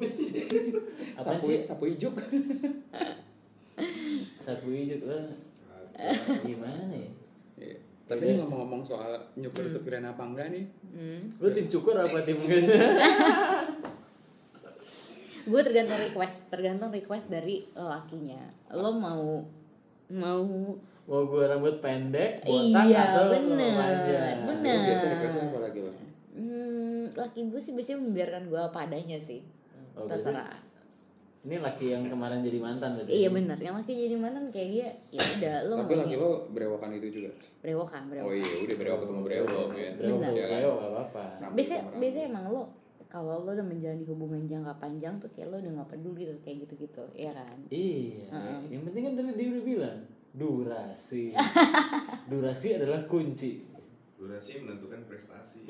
S1: Apaan
S2: sapu
S1: sih?
S2: sapu ijuk.
S1: sapu hijau lah gimana ya
S2: Iya. Tapi ini ngomong-ngomong soal nyukur
S1: Hmm.
S2: itu pilihan apa enggak nih?
S1: lu tim cukur apa tim
S5: gue tergantung request, tergantung request dari lakinya. Lo mau mau
S1: mau gue rambut pendek botak
S5: Iya,
S1: atau
S5: bener,
S1: panjang?
S5: bener.
S2: Lu biasa requestnya apa lagi lo?
S5: hmm, laki gue sih biasanya membiarkan gue apa adanya sih.
S1: Oh, berarti
S5: Terserah.
S1: ini laki yang kemarin jadi mantan berarti
S5: Iya bener, yang laki jadi mantan kayak dia ya udah lo kan,
S2: Tapi
S5: maunya-
S2: laki lo berewokan itu juga.
S5: berewokan,
S2: Oh
S5: berewokan.
S2: iya, udah berewok ketemu berewok ya.
S1: Brewok,
S5: Bener.
S2: Iya kan?
S1: brewok, gak apa-apa
S2: Rambut
S5: biasanya
S2: sama rambut.
S5: biasanya emang lo kalau lo udah menjalani hubungan jangka panjang tuh kayak lo udah nggak peduli tuh kayak gitu-gitu ya kan
S1: Iya, yang penting kan tadi dia udah bilang durasi. durasi adalah kunci,
S8: Durasi menentukan prestasi.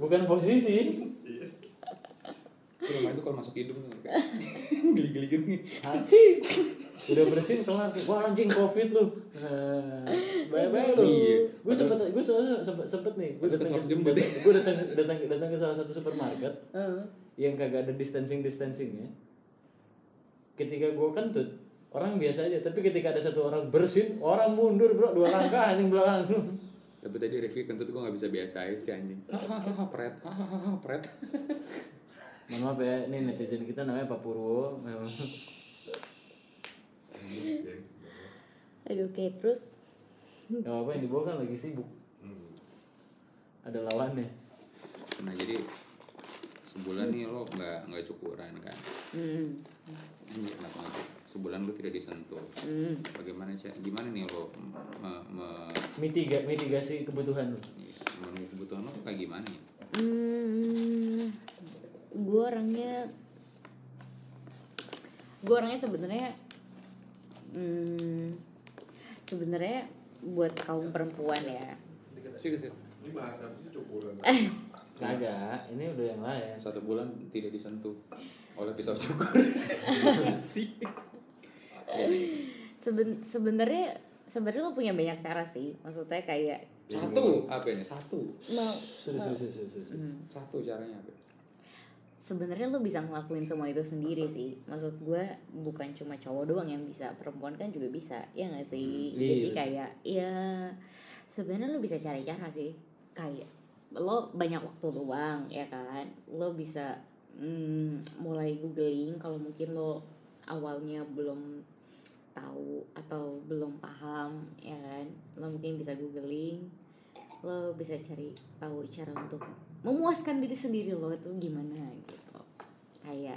S1: bukan posisi.
S2: Itu lumayan tuh kalau masuk hidung tuh kayak geli-geli gini.
S1: Hati. Udah bersin kelar, tuh. wah anjing covid lu. Bye bye lu.
S2: Iya.
S1: Gue sempet, gue sempet, sempet nih. Gue
S2: Padahal
S1: datang,
S2: terus jembut.
S1: gue datang, datang, datang ke salah satu supermarket yang kagak ada distancing distancingnya. Ketika gue kentut, orang biasa aja. Tapi ketika ada satu orang bersin, orang mundur bro dua langkah anjing belakang tuh.
S2: Tapi tadi review kentut gue gak bisa biasa aja sih anjing. Hahaha pret, hahaha pret.
S1: Mohon maaf ya, ini netizen kita namanya Pak Purwo memang.
S5: aduh oke terus
S1: Gak apa-apa yang dibawa kan lagi sibuk.
S2: Hmm.
S1: Ada lawannya.
S2: Nah jadi sebulan nih lo nggak nggak cukuran kan?
S5: hmm,
S2: Anjir, kenapa nggak cukup? Sebulan lo tidak disentuh. Bagaimana cak? Gimana nih lo me- me-
S1: Mitiga, mitigasi kebutuhan lu.
S2: iya, memenuhi kebutuhan lo tuh kayak gimana ya?
S5: hmm gue orangnya gue orangnya sebenarnya hmm, sebenarnya buat kaum perempuan ya
S2: Sih, sih.
S8: Ini bahasa apa sih cukuran?
S1: Kagak, ini udah yang lain.
S2: Satu bulan tidak disentuh oleh pisau cukur. Gimana sih.
S5: Seben- sebenarnya sebenarnya lo punya banyak cara sih maksudnya kayak
S2: Satu apa ini? Satu.
S5: mau
S1: Serius, serius, serius, serius, serius.
S5: Hmm.
S2: Satu caranya apa?
S5: sebenarnya lo bisa ngelakuin semua itu sendiri sih maksud gue bukan cuma cowok doang yang bisa perempuan kan juga bisa ya nggak sih
S1: Hmm, iya,
S5: jadi
S1: betul.
S5: kayak ya sebenarnya lo bisa cari cara sih kayak lo banyak waktu luang ya kan lo bisa mm, mulai googling kalau mungkin lo awalnya belum tahu atau belum paham ya kan lo mungkin bisa googling lo bisa cari tahu cara untuk memuaskan diri sendiri lo itu gimana gitu kayak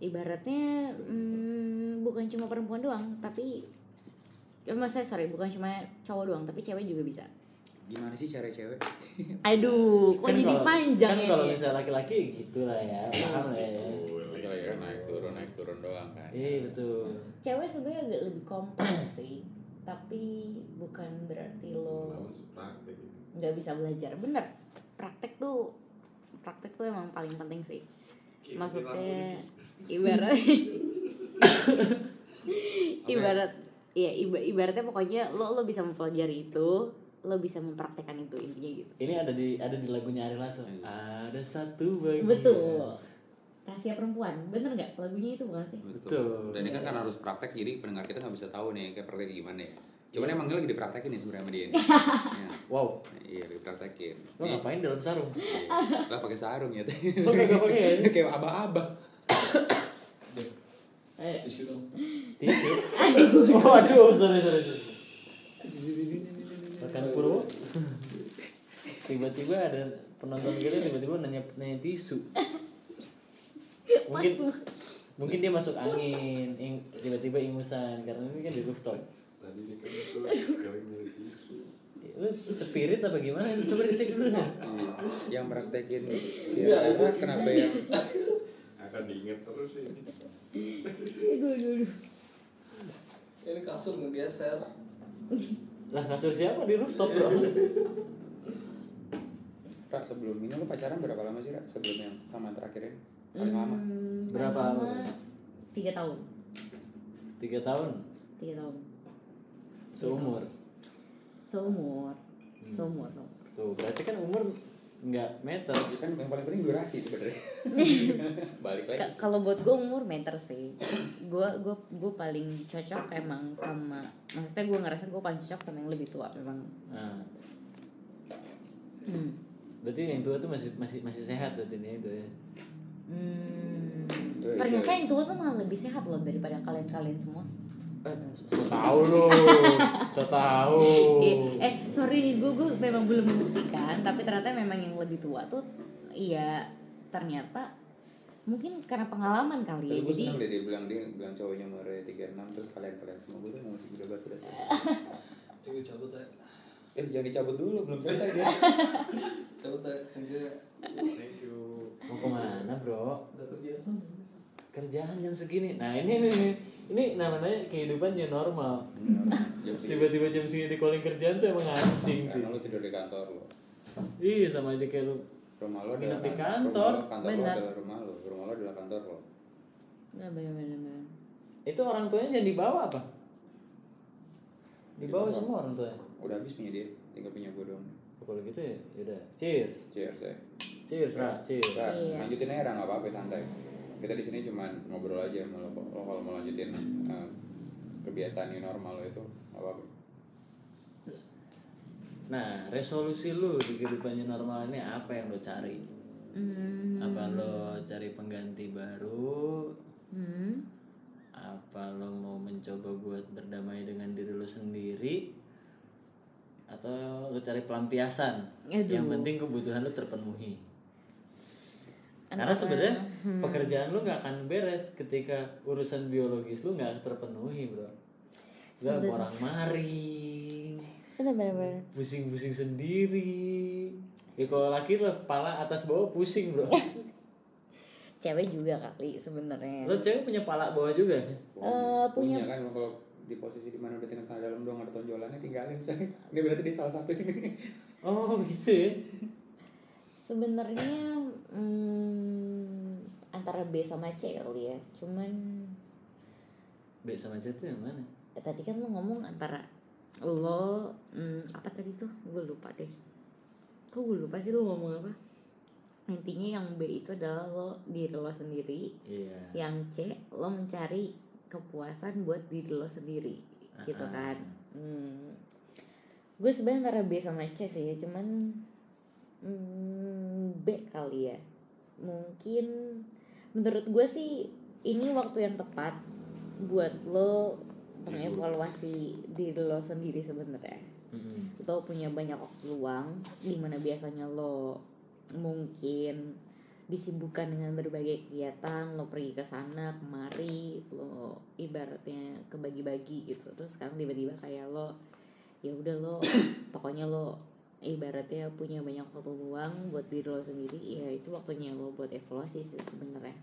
S5: ibaratnya mm, bukan cuma perempuan doang tapi eh, maksudnya sorry bukan cuma cowok doang tapi cewek juga bisa
S2: Gimana sih cara cewek?
S5: aduh
S1: Iya.
S5: kok
S1: Kan
S5: jadi
S1: kalau-
S5: panjang
S1: kan
S5: ya
S1: kalau
S5: ini?
S1: misalnya laki-laki gitu lah ya, paham lah ya.
S2: Lagi lagi kan Iya. naik turun naik turun doang kan.
S1: Iya betul.
S5: cewek sebenarnya agak lebih kompleks sih tapi bukan berarti lo
S8: Lama praktek.
S5: nggak bisa belajar bener praktek tuh praktek tuh emang paling penting sih
S8: Kayak gitu.
S5: maksudnya
S8: bikin
S5: ibarat ibarat ya iba- ibaratnya pokoknya lo lo bisa mempelajari itu lo bisa mempraktekkan itu intinya gitu
S1: Ini ada di ada di lagunya Ari Lasso. Ada satu bagian.
S5: betul rahasia perempuan bener nggak lagunya itu bukan sih
S1: Betul.
S2: Betul. Dan ini kan karena harus praktek jadi pendengar kita nggak bisa tahu nih kayak praktek gimana ya. Cuman emang ini lagi dipraktekin nih sebenarnya sama dia. nih. Ya.
S1: Wow,
S2: Iya, lagi dipraktekin.
S1: lo
S2: Nih,
S1: ngapain dalam sarung?
S2: iya. Lah pakai sarung ya. Teh.
S1: Lo kagak pakai ya?
S2: Ini kayak aba-aba.
S1: Eh, tisu. Oh, aduh, sorry, sorry, sorry. Rekan Purwo. Tiba-tiba ada penonton kita tiba-tiba nanya nanya tisu. Mungkin mungkin dia masuk angin, ing- tiba-tiba ingusan karena ini kan di rooftop.
S8: Tadi dia kan itu sekali milih tisu.
S1: Lu spirit apa gimana? Coba dicek dulu ya. nih.
S2: Iya. yang meraktekin si Rara kenapa yang
S8: akan diingat terus ini
S9: Ini kasur ngegeser.
S1: Lah kasur siapa di rooftop bro?
S2: Ra sebelum ini lu pacaran berapa lama sih Ra sebelum yang sama yang terakhirnya paling lama
S5: Hmm.
S1: Berapa?
S5: tiga tahun
S1: Tiga tahun
S5: tiga tahun
S1: seumur.
S5: seumur seumur seumur
S1: Tuh berarti kan umur nggak meter.
S2: Ya kan yang paling penting durasi sebenarnya balik lagi
S5: Ka- kalau buat gue umur meter sih gue gue gue paling cocok emang sama maksudnya gue ngerasa gue paling cocok sama yang lebih tua memang
S1: Nah,
S5: hmm.
S1: berarti yang tua tuh masih masih masih sehat berarti nih itu ya.
S5: Hmm.
S2: Tuh,
S5: ternyata
S2: itu.
S5: yang tua tuh malah lebih sehat loh daripada kalian kalian semua
S1: Eh,
S2: Oh.
S1: so tau lu, so tau.
S5: Iya. eh sorry nih gue gue memang belum membuktikan tapi ternyata memang yang lebih tua tuh iya ternyata mungkin karena pengalaman kali
S2: Tapi
S5: ya
S2: gue Kan
S5: jadi
S2: seneng deh dia bilang dia bilang cowoknya umur 36 terus kalian-kalian semua gue tuh emang masih muda banget berasa.
S9: Ini cabut aja.
S2: Eh jangan dicabut dulu belum selesai dia.
S9: Cabut aja. Ini
S8: thank you
S1: Mau kemana bro?
S9: udah kerja.
S1: Kerjaan jam segini. Nah ini nih, nih. ini namanya kehidupan new normal.
S2: Jam segini
S1: Tiba-tiba jam segini di calling kerjaan tuh emang anjing Iya sih.
S2: karena lu tidur di kantor lo.
S1: Iya sama aja kayak lu
S2: Rumah lo
S1: Nginep
S2: adalah
S1: di
S2: kan-
S1: kantor.
S2: Rumah lo, kantor lo
S5: Benar.
S2: adalah rumah lo. Rumah lo adalah kantor lo.
S5: Nah, bener, bener, bener.
S1: Itu orang tuanya yang dibawa apa? Dibawa semua orang tuanya.
S2: Udah habis punya dia, tinggal punya gue doang.
S1: Kalau gitu ya, yaudah. Cheers.
S2: Cheers ya.
S1: Cheers, Ra. Cheers.
S2: Ra,
S5: Iya.
S2: lanjutin aja Ra, nggak apa-apa santai. Kita di sini cuman ngobrol aja sama lo, lo kalau mau lanjutin eh, kebiasaan new normal lo itu nggak apa-apa.
S1: Nah, resolusi lu di kehidupannya normal ini apa yang lo cari?
S5: Hmm.
S1: Apa lo cari pengganti baru?
S5: Hmm.
S1: Apa lo mau mencoba buat berdamai dengan diri lo sendiri? Atau lo cari pelampiasan?
S5: Aduh.
S1: Yang penting kebutuhan lo terpenuhi. Karena sebenarnya
S5: hmm.
S1: pekerjaan lu nggak akan beres ketika urusan biologis lu nggak terpenuhi, bro. Lu orang maring,
S5: bener bener bener
S1: pusing-pusing sendiri. Ya kalau laki lo pala atas bawah pusing, bro.
S5: cewek juga kali sebenarnya
S1: Lo cewek punya pala bawah juga.
S5: Eh,
S2: punya, kan kalau di posisi dimana udah tinggal tanah dalam doang ada tonjolannya tinggalin coy. Ini berarti dia salah satu ini.
S1: Oh gitu ya.
S5: sebenarnya hmm, antara B sama C kali ya cuman
S1: B sama C tuh yang mana?
S5: eh, tadi kan lo ngomong antara lo hmm, apa tadi tuh gue lupa deh kok gue lupa sih lo ngomong apa intinya yang B itu adalah lo diri lo sendiri
S1: Iya.
S5: yang C lo mencari kepuasan buat diri lo sendiri gitu
S1: Ah.
S5: kan hmm. gue sebenarnya antara B sama C sih ya, cuman hmm, B kali ya mungkin menurut gue sih ini waktu yang tepat buat lo mengevaluasi diri lo sendiri sebenarnya
S1: Mm-mm.
S5: lo punya banyak waktu luang dimana biasanya lo mungkin disibukkan dengan berbagai kegiatan lo pergi ke sana kemari lo ibaratnya kebagi-bagi gitu terus sekarang tiba-tiba kayak lo ya udah lo pokoknya lo ibaratnya punya banyak waktu luang buat diri lo sendiri ya itu waktunya lo buat evaluasi sih sebenarnya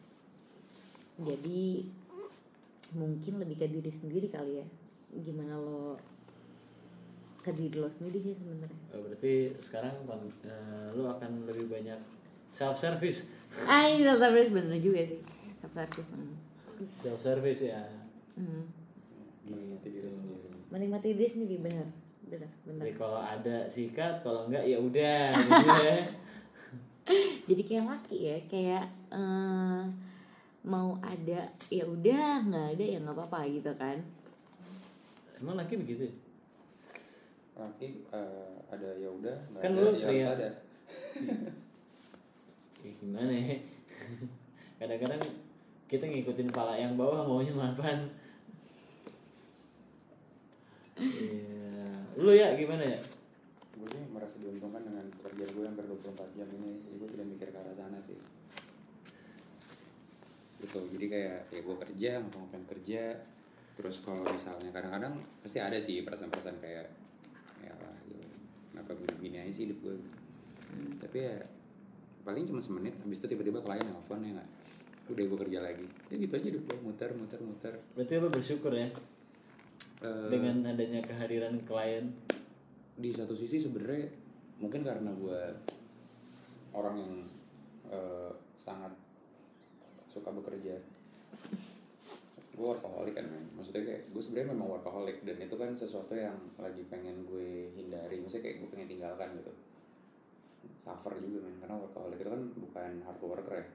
S5: jadi mungkin lebih ke diri sendiri kali ya gimana lo ke diri lo sendiri sih sebenarnya
S1: Oh, berarti sekarang eh, lo akan lebih banyak self service,
S5: ah ini self service bener juga sih self service hmm.
S1: self service ya.
S5: Hmm.
S2: Menikmati diri sendiri.
S5: menikmati diri sendiri bener bener bener
S1: Jadi kalau ada sikat, kalau enggak ya udah. gitu ya.
S5: jadi kayak laki ya kayak eh, mau ada ya udah nggak ada ya nggak apa-apa gitu kan
S1: Emang laki begitu? ya?
S2: Laki eh, ada ya udah, nggak
S1: Kan
S2: ada,
S1: lu
S2: ya
S1: pria.
S2: harus ada.
S1: Ya gimana ya? Kadang-kadang kita ngikutin pala yang bawah maunya mapan. Iya. Lu ya gimana ya?
S2: Gue sih merasa diuntungkan dengan pekerjaan gue yang ber 24 jam ini, jadi gue tidak mikir ke arah sana sih. Gitu, jadi kayak ya gue kerja, ngapain kerja, terus kalau misalnya kadang-kadang pasti ada sih perasaan-perasaan kayak ya lah gitu. kenapa begini aja sih hidup gue tapi ya paling cuma semenit habis itu tiba-tiba klien nelfon ya nggak udah gue kerja lagi ya gitu aja hidup gue muter muter muter
S1: Berarti lo bersyukur ya
S2: Eh,
S1: dengan adanya kehadiran klien.
S2: di satu sisi sebenarnya mungkin karena gue orang yang eh, sangat suka bekerja gue workaholic kan men maksudnya kayak gue sebenarnya memang workaholic dan itu kan sesuatu yang lagi pengen gue hindari maksudnya kayak gue pengen tinggalkan gitu suffer juga men karena workaholic itu kan bukan hard worker ya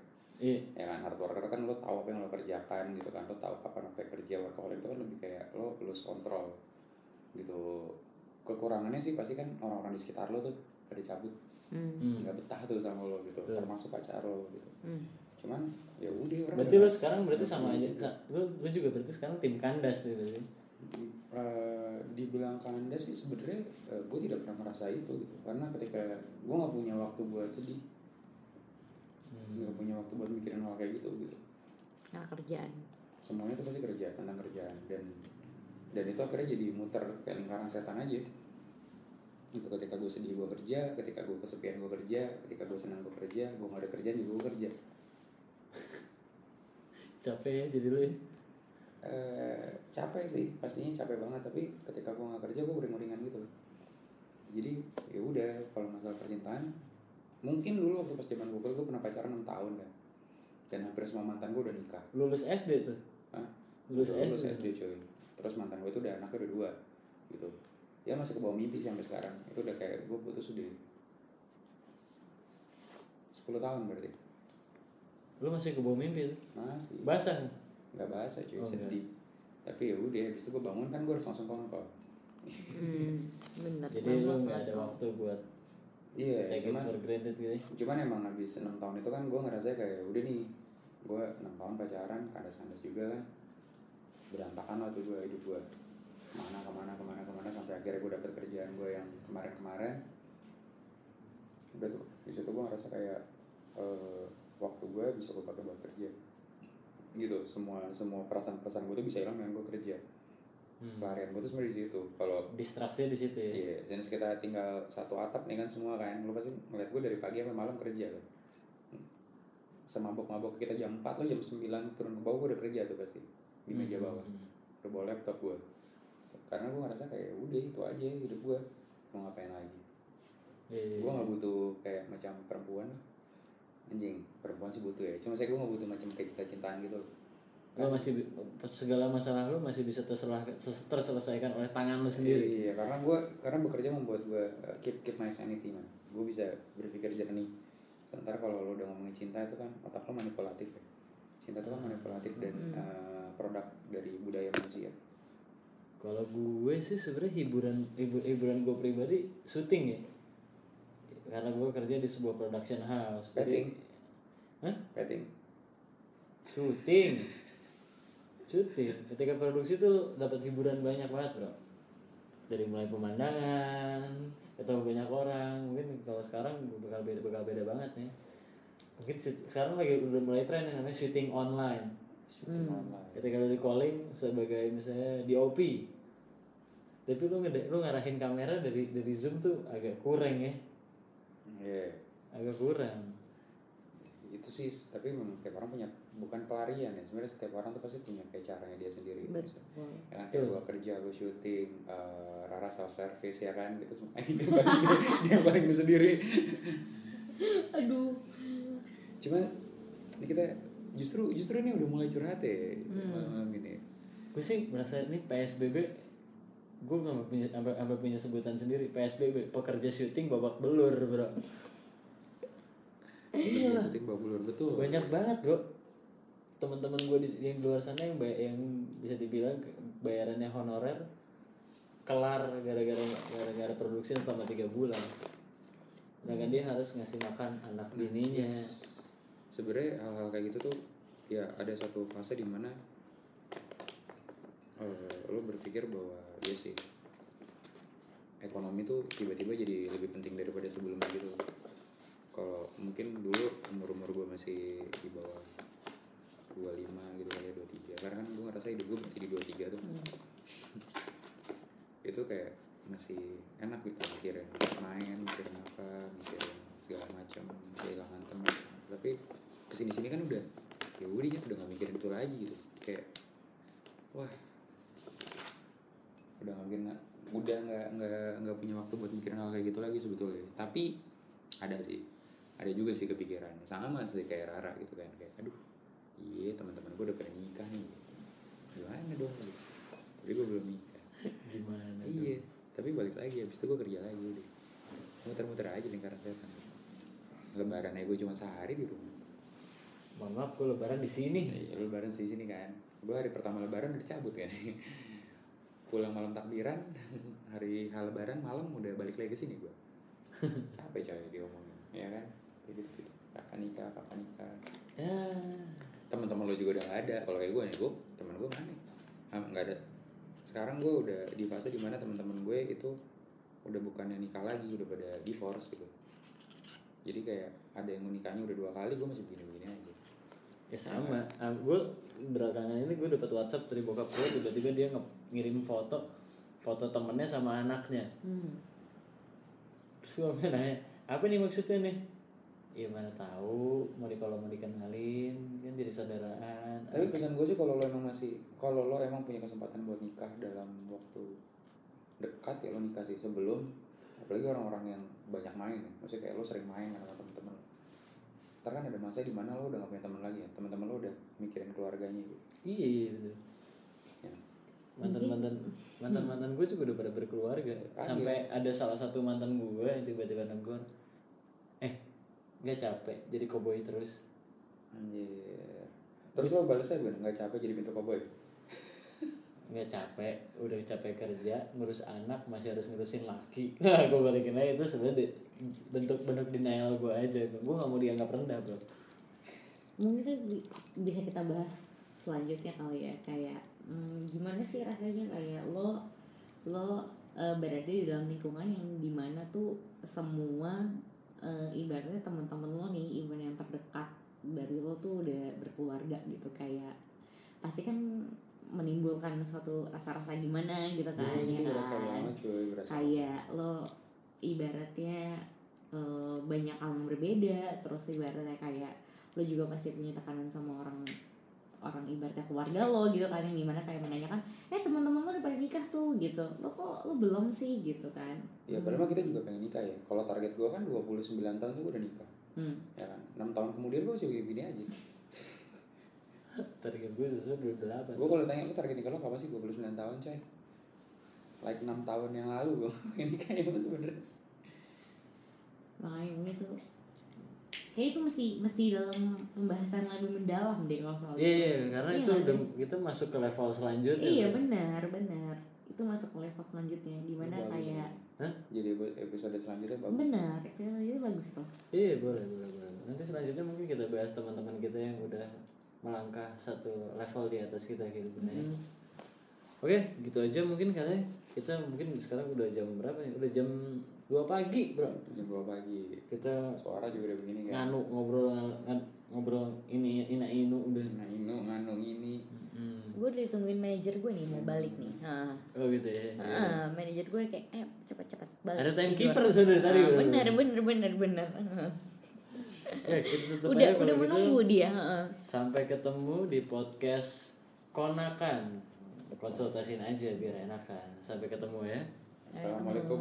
S1: Iya.
S2: ya kan hard worker kan lo tahu apa yang lo kerjakan gitu kan lo tahu kapan waktu kerja workaholic itu kan lebih kayak lo lose kontrol gitu kekurangannya sih pasti kan orang-orang di sekitar lo tuh pada cabut
S1: Hmm.
S2: nggak betah tuh sama lo gitu termasuk pacar lo gitu cuman ya udah orang
S1: Berarti
S2: udah-
S1: lo sekarang berarti sama aja. sa- Lo lo juga berarti sekarang tim kandas gitu sih.
S2: Eh, dibilang kandas sih sebenarnya eh, gue tidak pernah merasa itu gitu karena ketika gue nggak punya waktu buat sedih
S1: Hmm.
S2: nggak punya waktu buat mikirin hal kayak gitu gitu
S5: karena kerjaan
S2: semuanya itu pasti kerja tentang kerjaan dan dan itu akhirnya jadi muter kayak lingkaran setan aja itu ketika gue sedih gue kerja ketika gue kesepian gue kerja ketika gue senang gue kerja gue nggak ada kerjaan juga gue kerja
S1: Capek ya jadi lo ya.
S2: Eh, capek sih pastinya capek banget tapi ketika gue nggak kerja gue uring-uringan gitu loh jadi ya udah kalau masalah percintaan mungkin dulu waktu pas zaman Google gue pernah pacaran 6 tahun kan dan hampir semua mantan gue udah nikah
S1: Lulus SD tuh.
S2: Hah?
S1: Lulus
S2: Gua Ah, lulus
S1: SD.
S2: SD cuy terus mantan gue itu udah anaknya udah dua gitu ya masih ke bawah mimpi sih sampai sekarang itu udah kayak gue putus udah 10 tahun berarti
S1: Lo masih ke bawah mimpi tuh.
S2: masih
S1: Basah.
S2: nggak bahasa cuy
S1: Oh, enggak.
S2: sedih tapi ya udah habis itu gue bangun kan gue harus langsung kongkol
S5: Hmm, bener
S1: Jadi lo nggak ada waktu buat
S2: iya
S1: take it
S2: cuman
S1: for granted gitu. ya.
S2: cuman emang habis 6 tahun itu kan gue ngerasa kayak udah nih gue 6 tahun pacaran kandas-kandas juga kan berantakan lah tuh gue hidup gue kemana kemana kemana kemana sampai akhirnya gue dapet kerjaan gue yang kemarin-kemarin udah tuh di situ gue ngerasa kayak eh, waktu gue bisa gue pakai buat kerja gitu semua semua perasaan-perasaan gue tuh bisa hilang dengan gue kerja pelarian gue tuh sebenarnya di situ kalau
S1: Distraksinya Hmm. di situ ya.
S2: Iya, since kita tinggal satu atap nih kan semua kan, lu pasti ngeliat gue dari pagi sampai malam kerja kan. Semabok-mabok kita jam 4, lo jam 9 turun ke bawah gue udah kerja tuh pasti. Di meja
S1: Hmm.
S2: bawah. Udah bawa laptop gue. Karena gue ngerasa kayak udah itu aja hidup gue. Mau ngapain lagi.
S1: Iya.
S2: Gue gak butuh kayak macam perempuan lah. Anjing, perempuan sih butuh ya. Cuma saya gue gak butuh macam kayak cinta-cintaan gitu loh.
S1: Lo masih bi- segala masalah lo masih bisa terselah, terselesaikan oleh tangan lo sendiri.
S2: Iya, karena gue karena bekerja membuat gue uh, keep keep my sanity man. Gue bisa berpikir jernih. Sementara kalau lo udah ngomongin cinta itu kan otak lo manipulatif ya. Cinta itu kan manipulatif dan uh, produk dari budaya manusia.
S1: Kalau gue sih sebenarnya hiburan hibu- hiburan gue pribadi syuting ya. Karena gue kerja di sebuah production house.
S2: Betting,
S1: Hah?
S2: betting.
S1: Syuting. Syuting. Ketika produksi tuh dapat hiburan banyak banget, Bro. Dari mulai pemandangan, atau banyak orang. Mungkin kalau sekarang bakal beda bakal beda banget nih. Mungkin syut- sekarang lagi udah mulai tren yang namanya syuting online. Hmm.
S2: Shooting online.
S1: ketika lu di calling sebagai misalnya DOP tapi lu ngede lu ngarahin kamera dari dari zoom tuh agak kurang ya
S2: Iya.
S1: agak kurang
S2: Itu sih tapi memang setiap orang punya bukan pelarian ya. Sebenarnya setiap orang tuh pasti punya kayak caranya dia sendiri. Ya kan kayak
S1: Betul.
S2: gue kerja, lu syuting, uh, Rara self service ya kan itu semua itu paling- dia paling gue sendiri.
S3: aduh
S2: cuma ini kita justru justru ini udah mulai curhat ya malam-malam ini
S1: gue sih merasa ini PSBB gue sampai punya sampai, sampai punya sebutan sendiri PSBB pekerja syuting babak belur bro
S2: iya syuting babulur betul
S1: banyak banget bro teman-teman gue di yang di luar sana yang bay- yang bisa dibilang ke- bayarannya honorer kelar gara-gara gara-gara produksi selama tiga bulan sedangkan dia harus ngasih makan anak bininya
S2: sebenarnya hal-hal kayak gitu tuh ya ada satu fase di mana eh, lo berpikir bahwa ya sih ekonomi tuh tiba-tiba jadi lebih penting daripada sebelumnya gitu kalau mungkin dulu umur umur gue masih di bawah 25 gitu kali ya 23 karena kan gue ngerasa hidup gue berhenti di 23 tuh itu kayak masih enak gitu akhirnya main sini sini kan udah ya udah gitu udah gak mikirin itu lagi gitu kayak wah udah gak mikirin udah nggak nggak nggak punya waktu buat mikirin hal kayak gitu lagi sebetulnya tapi ada sih ada juga sih kepikiran sama sih kayak Rara gitu kan kayak aduh iya teman-teman gue udah pada nikah nih gimana dong gitu. tapi gue belum nikah
S1: gimana
S2: iya tapi balik lagi habis itu gue kerja lagi deh muter-muter aja lingkaran setan lebaran aja gue cuma sehari di rumah
S1: mohon maaf gue lebaran di sini
S2: Iya, lu lebaran di sini kan. Gue hari pertama lebaran udah cabut kan. Pulang malam takbiran, hari hal lebaran malam udah balik lagi ke sini gue. Capek coy diomongin, ya kan? Kayak gitu-gitu. Kapan nikah, kapan nikah.
S1: ya
S2: Teman-teman lo juga udah gak ada. Kalau kayak gue nih, gue teman gue mana? nih? Ah, nggak ada. Sekarang gue udah di fase dimana teman-teman gue itu udah bukannya nikah lagi, udah pada divorce gitu. Jadi kayak ada yang nikahnya udah dua kali, gue masih begini-begini aja.
S1: ya sama Ah, gue belakangan ini gue dapat WhatsApp dari bokap gue tiba-tiba dia nge- ngirim foto foto temennya sama anaknya terus gue nanya apa nih maksudnya nih ya mana tahu mau di kalau mau dikenalin kan jadi saudaraan
S2: Tapi pesan gue sih kalau lo emang masih kalau lo emang punya kesempatan buat nikah dalam waktu dekat ya lo nikah sih sebelum apalagi orang-orang yang banyak main ya. maksudnya kayak lo sering main sama temen-temen lo. ntar kan ada masa di mana lo udah gak punya temen lagi ya teman-teman lo udah mikirin keluarganya gitu
S1: iya iya bener mantan
S2: ya.
S1: mantan mantan mantan gue juga udah pada berkeluarga sampai ada salah satu mantan gue yang tiba-tiba negor eh nggak capek jadi koboi terus
S2: anjir terus lo balesnya gue nggak capek jadi pintu koboi
S1: nggak capek udah capek kerja ngurus anak masih harus ngurusin laki nah gue balikin aja itu sebenarnya di- bentuk bentuk denial gue aja gue nggak mau dianggap rendah bro
S5: mungkin itu bi- bisa kita bahas selanjutnya kali ya kayak hmm, gimana sih rasanya kayak lo lo eh, berada di dalam lingkungan yang dimana tuh semua eh, ibaratnya teman-teman lo nih even yang terdekat dari lo tuh udah berkeluarga gitu kayak pasti kan menimbulkan suatu rasa-rasa gimana gitu kan
S2: Dulu
S5: ya
S2: itu berasa
S5: kan?
S2: banget Oh, cuy berasa
S5: kayak lo ibaratnya eh, banyak hal yang berbeda terus ibaratnya kayak lo juga pasti punya tekanan sama orang orang ibaratnya keluarga lo gitu kan yang dimana kayak menanyakan eh teman-teman lo udah pada nikah tuh gitu lo kok lo belum sih gitu kan
S2: ya padahal mah kita juga pengen nikah ya kalau target gue kan 29 tahun tuh gue udah nikah
S5: hmm.
S2: ya kan 6 tahun kemudian gue masih begini-begini aja
S1: target gue susu kan dua delapan
S2: Gue kalau tanya lu target nikah lo kapan sih? 29 tahun coy Like 6 tahun yang lalu gue Ini kayak apa sebenernya
S5: makanya ini tuh kayak itu mesti mesti dalam pembahasan lebih mendalam deh kalau soal
S1: iya
S5: itu.
S1: iya karena
S5: Iya
S1: itu
S5: kan?
S1: udah kita masuk ke level selanjutnya
S5: iya
S1: bro.
S5: benar benar itu masuk ke level selanjutnya dimana
S2: Bagus.
S5: kayak
S1: Hah?
S2: Jadi epi- episode selanjutnya bagus
S5: benar itu itu bagus tuh
S1: Iya boleh boleh boleh. Nanti selanjutnya mungkin kita bahas teman-teman kita yang udah melangkah satu level di atas kita gitu sebenarnya.
S5: Hmm.
S1: Oke, gitu aja mungkin kali ya. kita mungkin sekarang udah jam berapa ya? Udah jam 2 pagi, Bro.
S2: Jam 2 pagi
S1: Kita
S2: Suara juga udah begini kan
S1: nganu ngobrol ngan- ngobrol ini ina inu udah.
S2: Nah inu, nganu, ini
S1: Hmm.
S5: gue udah ditungguin manajer gue nih mau balik nih ah
S1: Oh gitu ya.
S5: ah, manajer gue kayak eh cepet cepet balik Gitu.
S1: Ada timekeeper tuh dari tadi.
S5: Ah,
S1: Bro.
S5: benar benar benar benar Ah.
S1: Ya, kita tutup
S5: udah
S1: aja kalau
S5: udah
S1: gitu.
S5: menunggu dia ah.
S1: Sampai ketemu di podcast Konakan. Konsultasin aja biar enakan. Sampai ketemu ya.
S2: Assalamualaikum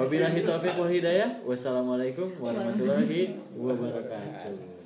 S1: Wabillahi taufiq wal hidayah. Wassalamualaikum warahmatullahi wabarakatuh.